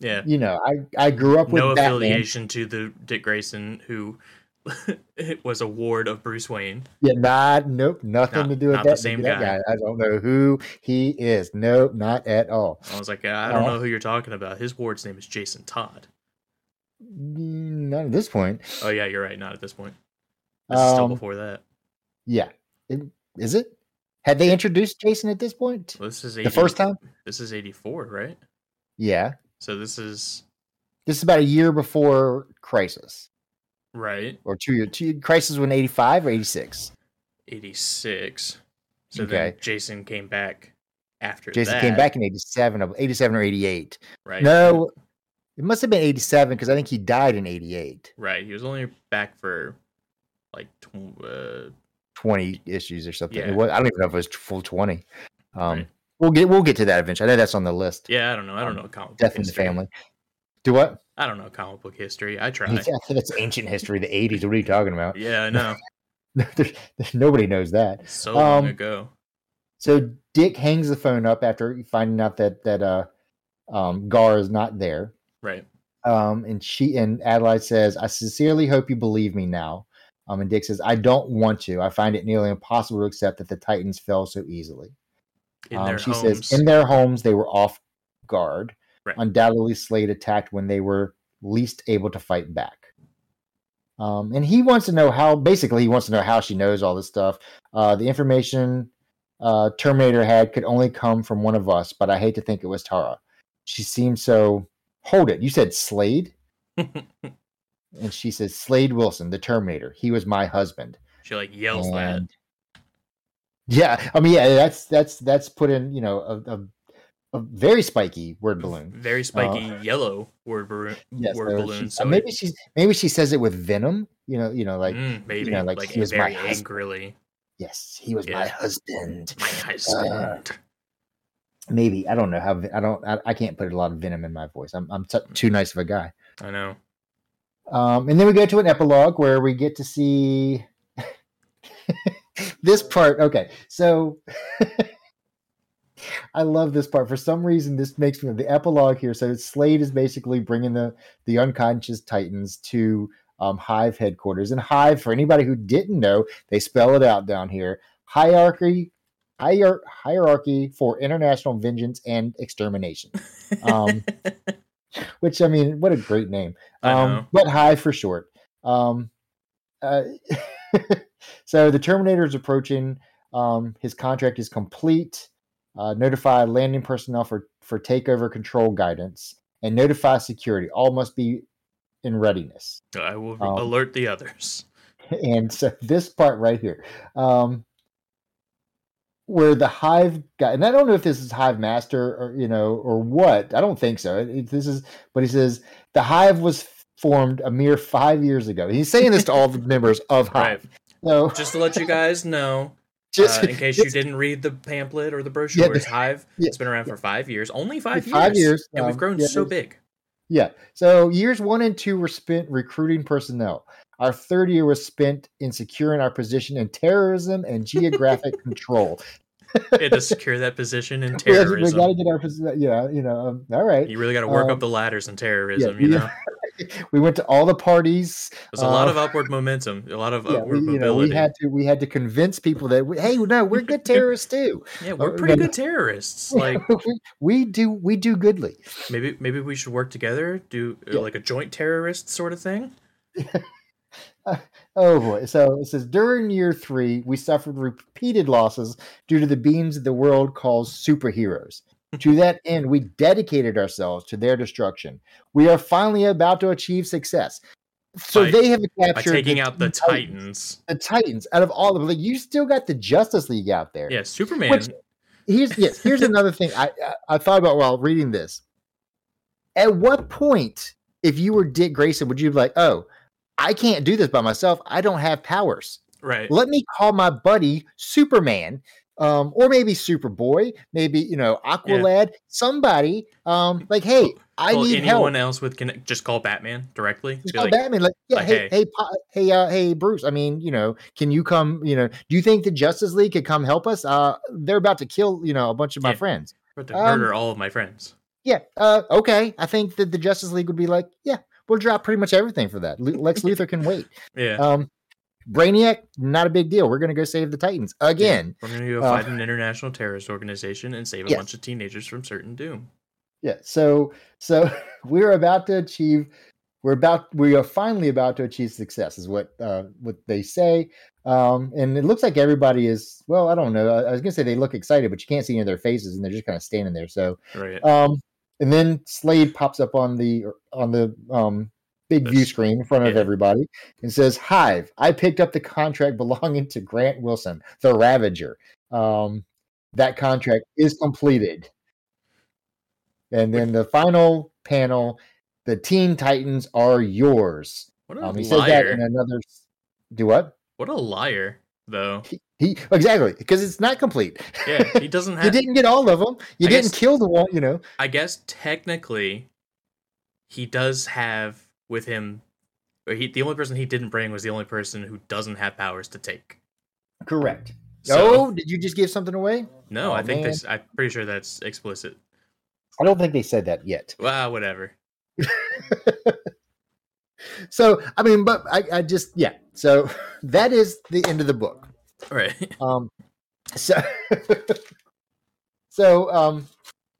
B: Yeah.
A: you know, I I grew up with
B: No
A: Batman.
B: affiliation to the Dick Grayson who was a ward of Bruce Wayne.
A: Yeah, not nope, nothing
B: Not-
A: to do with
B: not
A: that,
B: the same
A: that
B: guy.
A: I don't know who he is. Nope, not at all.
B: I was like, I don't
A: Uh,
B: know who you're talking about. His ward's name is Jason Todd.
A: Mm, Not at this point.
B: Oh yeah, you're right. Not at this point. This is still
A: Um,
B: before that.
A: Yeah, It- is it? Had they introduced Jason at this point?
B: Well, this is 80,
A: The first time?
B: This is 84, right?
A: Yeah,
B: So this is
A: this is about a year before Crisis,
B: right
A: or two year. Two, Crisis was eighty five or eighty six.
B: 86. So then
A: Okay.
B: Jason came back after
A: Jason
B: that,
A: came back in eighty seven, eighty seven or eighty eight.
B: Right.
A: No, it must have been eighty seven because I think he died in eighty eight.
B: Right. He was only back for like tw- uh,
A: 20 issues or something.
B: Yeah.
A: It was, I don't even know if it was t- full 20. Um,
B: Right.
A: We'll get we'll get to that eventually. I know that's on the list.
B: yeah, I don't know. I don't
A: Um,
B: know comic book
A: Death in the
B: history.
A: family. Do what?
B: I don't know comic book history. I try.
A: Yeah, that's ancient history, the 80s. What are you talking about?
B: yeah, I know.
A: There's- there's- Nobody knows that.
B: So long
A: Um,
B: ago.
A: So Dick hangs the phone up after finding out that that uh, um, Gar is not there.
B: Right.
A: Um, and she and Adelaide says, "I sincerely hope you believe me now." Um, and Dick says, "I don't want to. I find it nearly impossible to accept that the Titans fell so easily."
B: In
A: Um,
B: their
A: she
B: homes.
A: says in their homes they were off guard.
B: Right.
A: Undoubtedly, Slade attacked when they were least able to fight back. Um, and he wants to know how. Basically, he wants to know how she knows all this stuff. Uh, the information uh, Terminator had could only come from one of us, but I hate to think it was Tara. She seemed so. Hold it. You said Slade, and she says Slade Wilson, the Terminator. He was my husband.
B: she like yells that.
A: And- Yeah, I mean, yeah, that's that's that's put in, you know, a, a, a very spiky word balloon.
B: Very spiky yellow word, baru-
A: uh, Yes,
B: word
A: so
B: balloon.
A: she-
B: so
A: uh, maybe she's maybe she says it with venom. You know, you know, like
B: Mm, maybe
A: know,
B: like,
A: like, he was my
B: very
A: husband.
B: angrily.
A: yes, he was my
B: Yeah.
A: husband.
B: My husband.
A: Maybe I don't know how ve- I don't I, I can't put a lot of venom in my voice. I'm I'm t- too nice of a guy.
B: I know.
A: Um, and then we go to an epilogue where we get to see this part. Okay, so I love this part. For some reason, this makes me the epilogue here. So Slade is basically bringing the the unconscious Titans to um, Hive headquarters. And Hive, for anybody who didn't know, they spell it out down here: hierarchy, hier- hierarchy for international vengeance and extermination. Um, which I mean, what a great name.
B: I
A: Um,
B: know.
A: but high for short. Um, uh, so the Terminator is approaching. Um, his contract is complete. Uh, notify landing personnel for for takeover control guidance and notify security. All must be in readiness.
B: I will
A: um,
B: alert the others.
A: And so this part right here, um, where the hive guy, and I don't know if this is Hive Master or you know or what. I don't think so. It- it- this is, but he says the hive was formed a mere five years ago. He's saying this to all the members of
B: Right.
A: Hive. So
B: Just to let you guys know,
A: just
B: uh, in case you didn't read the pamphlet or the brochure,
A: the-
B: it's Hive.
A: yeah,
B: it's been around for five years, only five years,
A: five years,
B: and we've
A: um,
B: grown
A: yeah,
B: so
A: there's-
B: big.
A: Yeah. So years one and two were spent recruiting personnel. Our third year was spent in securing our position in terrorism and geographic control.
B: We had to secure that position in
A: We gotta- We got to
B: terrorism.
A: get our position. Yeah, you know. Um, all right.
B: You really got to work
A: um,
B: up the ladders in terrorism. you
A: yeah.
B: know,
A: We went to all the parties.
B: there's a lot
A: uh,
B: of upward momentum, a lot of
A: Yeah, we,
B: upward
A: you know,
B: mobility.
A: we had to we had to convince people that we, hey, no, we're good terrorists too.
B: yeah, we're
A: uh,
B: pretty
A: no,
B: good terrorists. Like
A: we, we do we do goodly.
B: maybe maybe we should work together, do uh,
A: Yeah.
B: like a joint terrorist sort of thing.
A: Oh boy. So it says during year three, we suffered repeated losses due to the beings the world calls superheroes. to that end, we dedicated ourselves to their destruction. We are finally about to achieve success. So
B: By-
A: they have
B: By
A: captured
B: taking out the
A: Titans-
B: Titans.
A: The Titans out of all of them, like, you still got the Justice League out there.
B: Yeah, Superman.
A: Here's yes. Here's another thing I, I I thought about while reading this. At what point, if you were Dick Grayson, would you be like, "Oh, I can't do this by myself. I don't have powers.
B: right.
A: Let me call my buddy Superman." um, or maybe Superboy, maybe you know Aqualad, somebody. Um, like, hey, I
B: Call
A: need help.
B: anyone else with connect. Just call Batman directly.
A: Just
B: Be
A: call
B: like,
A: Batman. Like, yeah,
B: like,
A: hey, hey, Pa- hey, uh, hey, Bruce. I mean, you know, can you come? You know, do you think the Justice League could come help us? Uh, they're about to kill, you know, a bunch of my
B: Yeah.
A: friends.
B: "I'm about to
A: um,
B: murder all of my friends.
A: Yeah. Uh, okay. I think that the Justice League would be like, yeah, we'll drop pretty much everything for that. Lu- Lex Luthor can wait.
B: Yeah.
A: Um, Brainiac, not a big deal. We're gonna go save the Titans again.
B: We're going to go
A: uh,
B: fight an international terrorist organization and save a
A: Yes.
B: bunch of teenagers from certain doom.
A: Yeah. So so we're about to achieve we're about we are finally about to achieve success is what uh what they say. Um and it looks like everybody is well, I don't know. I, I was gonna say they look excited, but you can't see any of their faces and they're just kind of standing there. So
B: Right.
A: um and then Slade pops up on the on the um big view
B: That's-
A: screen in front of
B: yeah.
A: everybody and says, Hive, I picked up the contract belonging to Grant Wilson, the Ravager. Um that contract is completed. And then the final panel, the Teen Titans are yours.
B: What a
A: Um, he says that
B: liar.
A: in another. s- Do what?
B: what a liar, though.
A: He exactly because it's not complete.
B: Yeah, he doesn't
A: you
B: have.
A: didn't get all of them. You
B: I
A: didn't
B: guess-
A: kill the one. You know.
B: I guess technically, he does have with him. Or he, the only person he didn't bring was the only person who doesn't have powers to take.
A: Correct.
B: So,
A: oh, did you just give something away?
B: no,
A: Aw,
B: I think
A: man.
B: this. I'm pretty sure that's explicit.
A: I don't think they said that yet.
B: Well, whatever.
A: So I mean, but I, I just yeah. So that is the end of the book.
B: All right.
A: Um, so, so, um,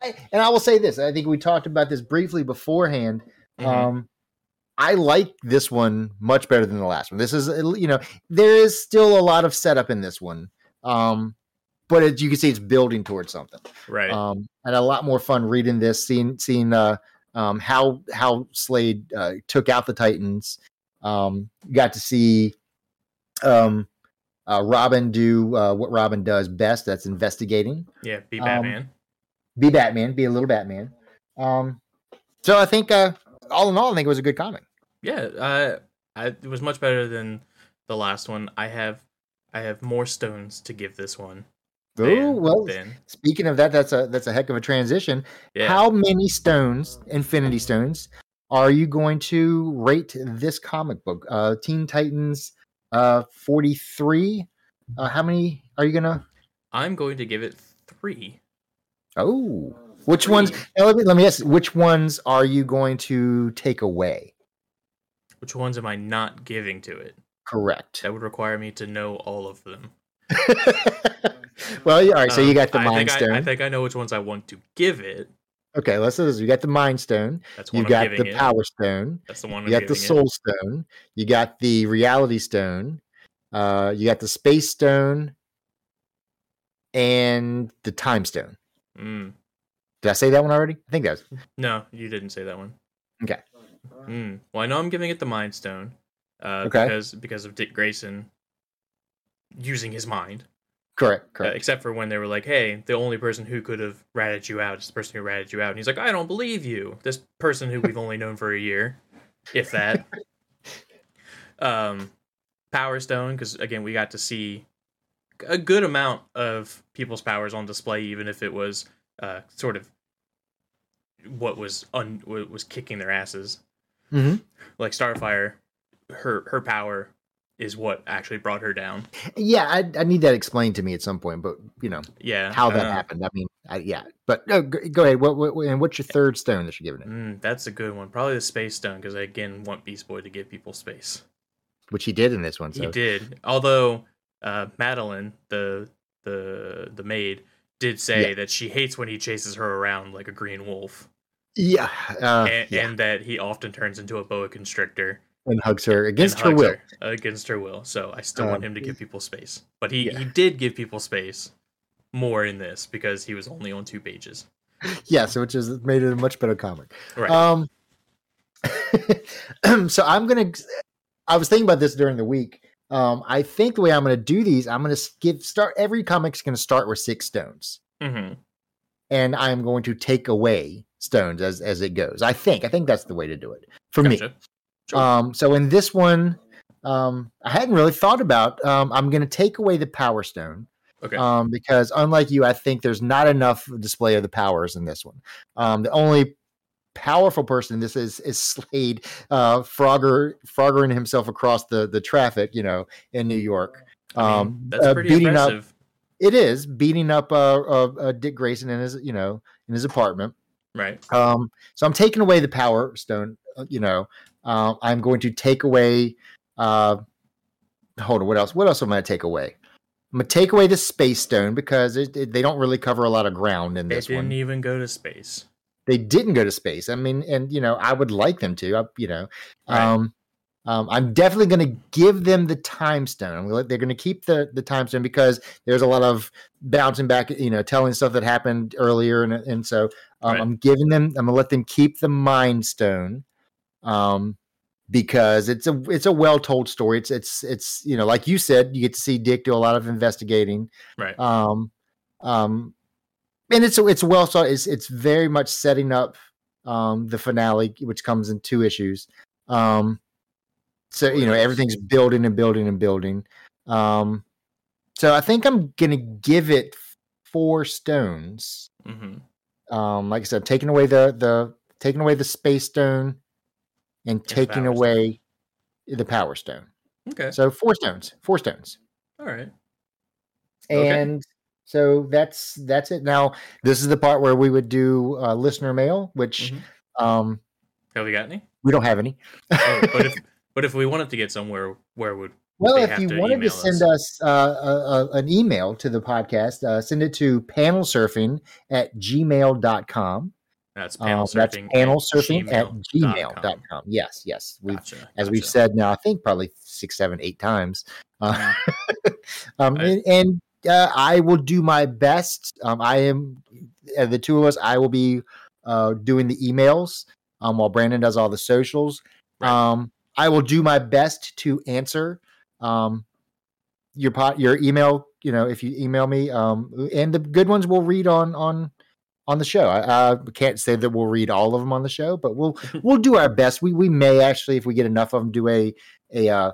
A: I, and I will say this. I think we talked about this briefly beforehand.
B: Mhm.
A: Um, I like this one much better than the last one. This is, uh, you know, there is still a lot of setup in this one, um, but as you can see, it's building towards something.
B: right.
A: Um, and a lot more fun reading this, seeing seeing uh, um, how how Slade uh, took out the Titans. Um, got to see um, uh, Robin do uh, what Robin does best. That's investigating
B: yeah. Be
A: um,
B: Batman.
A: be Batman, be a little Batman. Um, so I think, uh, all in all, I think it was a good comic.
B: yeah. Uh, I, it was much better than the last one. I have, I have more stones to give this one.
A: Oh
B: than-
A: well.
B: than-
A: Speaking of that, that's a that's a heck of a transition.
B: yeah.
A: How many stones, Infinity Stones, are you going to rate this comic book? Uh, Teen Titans, uh, forty three. Uh, how many are you gonna?
B: I'm going to give it three.
A: Oh, which ones?
B: Three.
A: now let me let me ask. you, Which ones are you going to take away?
B: Which ones am I not giving to it?
A: Correct.
B: That would require me to know all of them.
A: well, yeah, all right. so
B: Um,
A: you got the
B: I
A: Mind
B: think I-
A: Stone.
B: I, think I know which ones I want to give it.
A: Okay, let's do this. You got the Mind Stone.
B: That's
A: You
B: one I'm
A: got
B: giving
A: the
B: it.
A: Power Stone.
B: That's the one I'm
A: You got the
B: giving it.
A: Soul Stone. You got the Reality Stone. Uh, you got the Space Stone, and the Time Stone.
B: Mm.
A: Did I say that one already? I think that was
B: No, you didn't say that one.
A: Okay.
B: Mm. Well, I know I'm giving it the Mind Stone, uh,
A: Okay.
B: because because of Dick Grayson using his mind.
A: correct.
B: Uh,
A: Correct.
B: except for when they were like, "Hey, the only person who could have ratted you out is the person who ratted you out," and he's like, "I don't believe you." This person who we've only known for a year, if that. um, Power Stone, because again, we got to see a good amount of people's powers on display, even if it was uh, sort of what was un- what was kicking their asses.
A: hmm
B: Like Starfire, her her power is what actually brought her down.
A: Yeah, I, I need that explained to me at some point. But you know
B: Yeah,
A: how that
B: uh,
A: happened. I mean, I, yeah. But no, go, go ahead. What, what, and what's your third stone that you're giving it?
B: Mm, that's a good one. Probably the space stone because I again want Beast Boy to give people space.
A: Which he did in this one. So
B: He did. Although uh, Madeline, the the the maid, did say
A: Yeah.
B: that she hates when he chases her around like a green wolf,
A: yeah, uh,
B: and,
A: yeah,
B: and that he often turns into a boa constrictor
A: and hugs her
B: and
A: against her
B: hugs
A: will.
B: her- against her will. So I still
A: Um,
B: want him to give people space, but he
A: yeah.
B: he did give people space more in this because he was only on two pages.
A: yeah, so which has made it a much better comic.
B: Right.
A: Um, so I'm gonna. I was thinking about this during the week. Um, I think the way I'm gonna do these, I'm gonna skip start every comic's gonna start with six stones,
B: hmm
A: and I am going to take away stones as as it goes. I think I think that's the way to do it for me.
B: Gotcha. Sure.
A: Um, so in this one, um, I hadn't really thought about. Um, I'm gonna take away the power stone.
B: Okay.
A: um, because unlike you, I think there's not enough display of the powers in this one. Um, the only powerful person in this is is Slade uh, Frogger Froggering himself across the the traffic, you know, in New York. Um,
B: I mean, that's
A: uh,
B: pretty
A: beating up
B: impressive.
A: it is beating up uh, uh, uh, Dick Grayson in his you know in his apartment.
B: Right.
A: Um, so I'm taking away the power stone. uh, You know, uh, I'm going to take away. Uh, hold on. What else? What else am I going to take away? I'm gonna take away the space stone because it, it- they don't really cover a lot of ground in
B: They
A: this
B: didn't
A: one.
B: even go to space.
A: They didn't go to space. I mean, and you know, I would like them to. I, you know,
B: Right.
A: um, um, I'm definitely going to give them the time stone. I'm gonna, they're going to keep the the time stone because there's a lot of bouncing back, you know, telling stuff that happened earlier, and and so um,
B: Right.
A: I'm giving them. I'm going to let them keep the mind stone, um, because it's a it's a well told story. It's it's it's you know, like you said, you get to see Dick do a lot of investigating.
B: Right.
A: Um, um, and it's it's well so it's it's very much setting up um the finale, which comes in two issues. Um, so you know
B: Spoilers.
A: everything's building and building and building. Um, so I think I'm gonna give it four stones.
B: hmm
A: Um, like I said, taking away the the taking away the space stone and taking
B: power stone.
A: away the power stone.
B: Okay.
A: So four stones, four stones
B: All right. Okay.
A: and so that's that's it now this is the part where we would do uh, listener mail which
B: Mhm.
A: um
B: Have we got any?
A: we don't have any
B: Oh, but if but if we wanted to get somewhere, where would
A: well
B: they
A: if
B: have
A: you
B: to
A: wanted to
B: email
A: send us, uh, a, a, an email to the podcast uh, send it to panelsurfing at gmail.com
B: that's panel
A: um, that's
B: surfing?
A: panelsurfing at
B: gmail.com.
A: gmail.com yes yes we've
B: Gotcha,
A: as we've
B: gotcha.
A: said now, I think probably six, seven, eight times. Uh, um,
B: Mm, I-
A: and and, uh, I will do my best. Um, I am uh, the two of us. I will be uh, doing the emails um, while Brandon does all the socials.
B: Right.
A: Um, I will do my best to answer um, your pot, your email. You know, if you email me, um, and the good ones we'll read on on on the show. I, I can't say that we'll read all of them on the show, but we'll we'll do our best. We we may actually, if we get enough of them, do a a uh,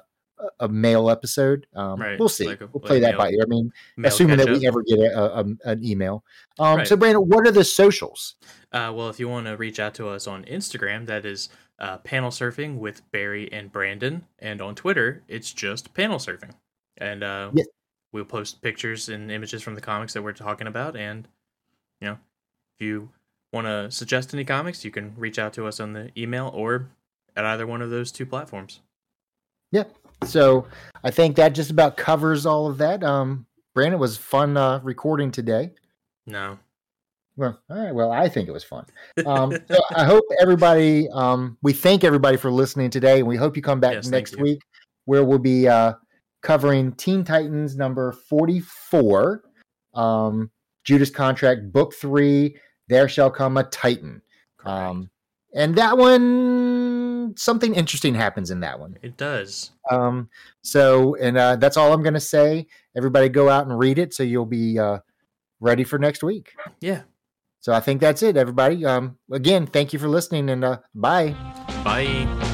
A: a mail episode. Um,
B: Right,
A: We'll see.
B: like a-
A: we'll
B: like
A: play that
B: mail-
A: by ear. I mean,
B: Mm-hmm. Mail
A: assuming that
B: catch
A: we
B: up.
A: ever get a, a, um, an email. Um,
B: Right.
A: So, Brandon, what are the socials?
B: Uh, well, if you want to reach out to us on Instagram, that is uh, panel surfing with Barry and Brandon, and on Twitter, it's just panel surfing, and uh,
A: Yes.
B: we'll post pictures and images from the comics that we're talking about, and you know, if you want to suggest any comics, you can reach out to us on the email or at either one of those two platforms.
A: So, I think that just about covers all of that. Um, Brandon it was fun uh, recording today.
B: No,
A: Well, all right. Well, I think it was fun. Um, so I hope everybody. Um, we thank everybody for listening today, and we hope you come back
B: Yes, thank
A: next
B: you.
A: week, where we'll be uh, covering Teen Titans number forty-four, um, Judas Contract, Book Three. There shall come a Titan, um, and that one something interesting happens in that one.
B: it does.
A: Um, so, and uh, that's all I'm going to say. Everybody, go out and read it, so you'll be uh, ready for next week.
B: Yeah.
A: So I think that's it, everybody. Um, again, thank you for listening and uh, bye.
B: Bye.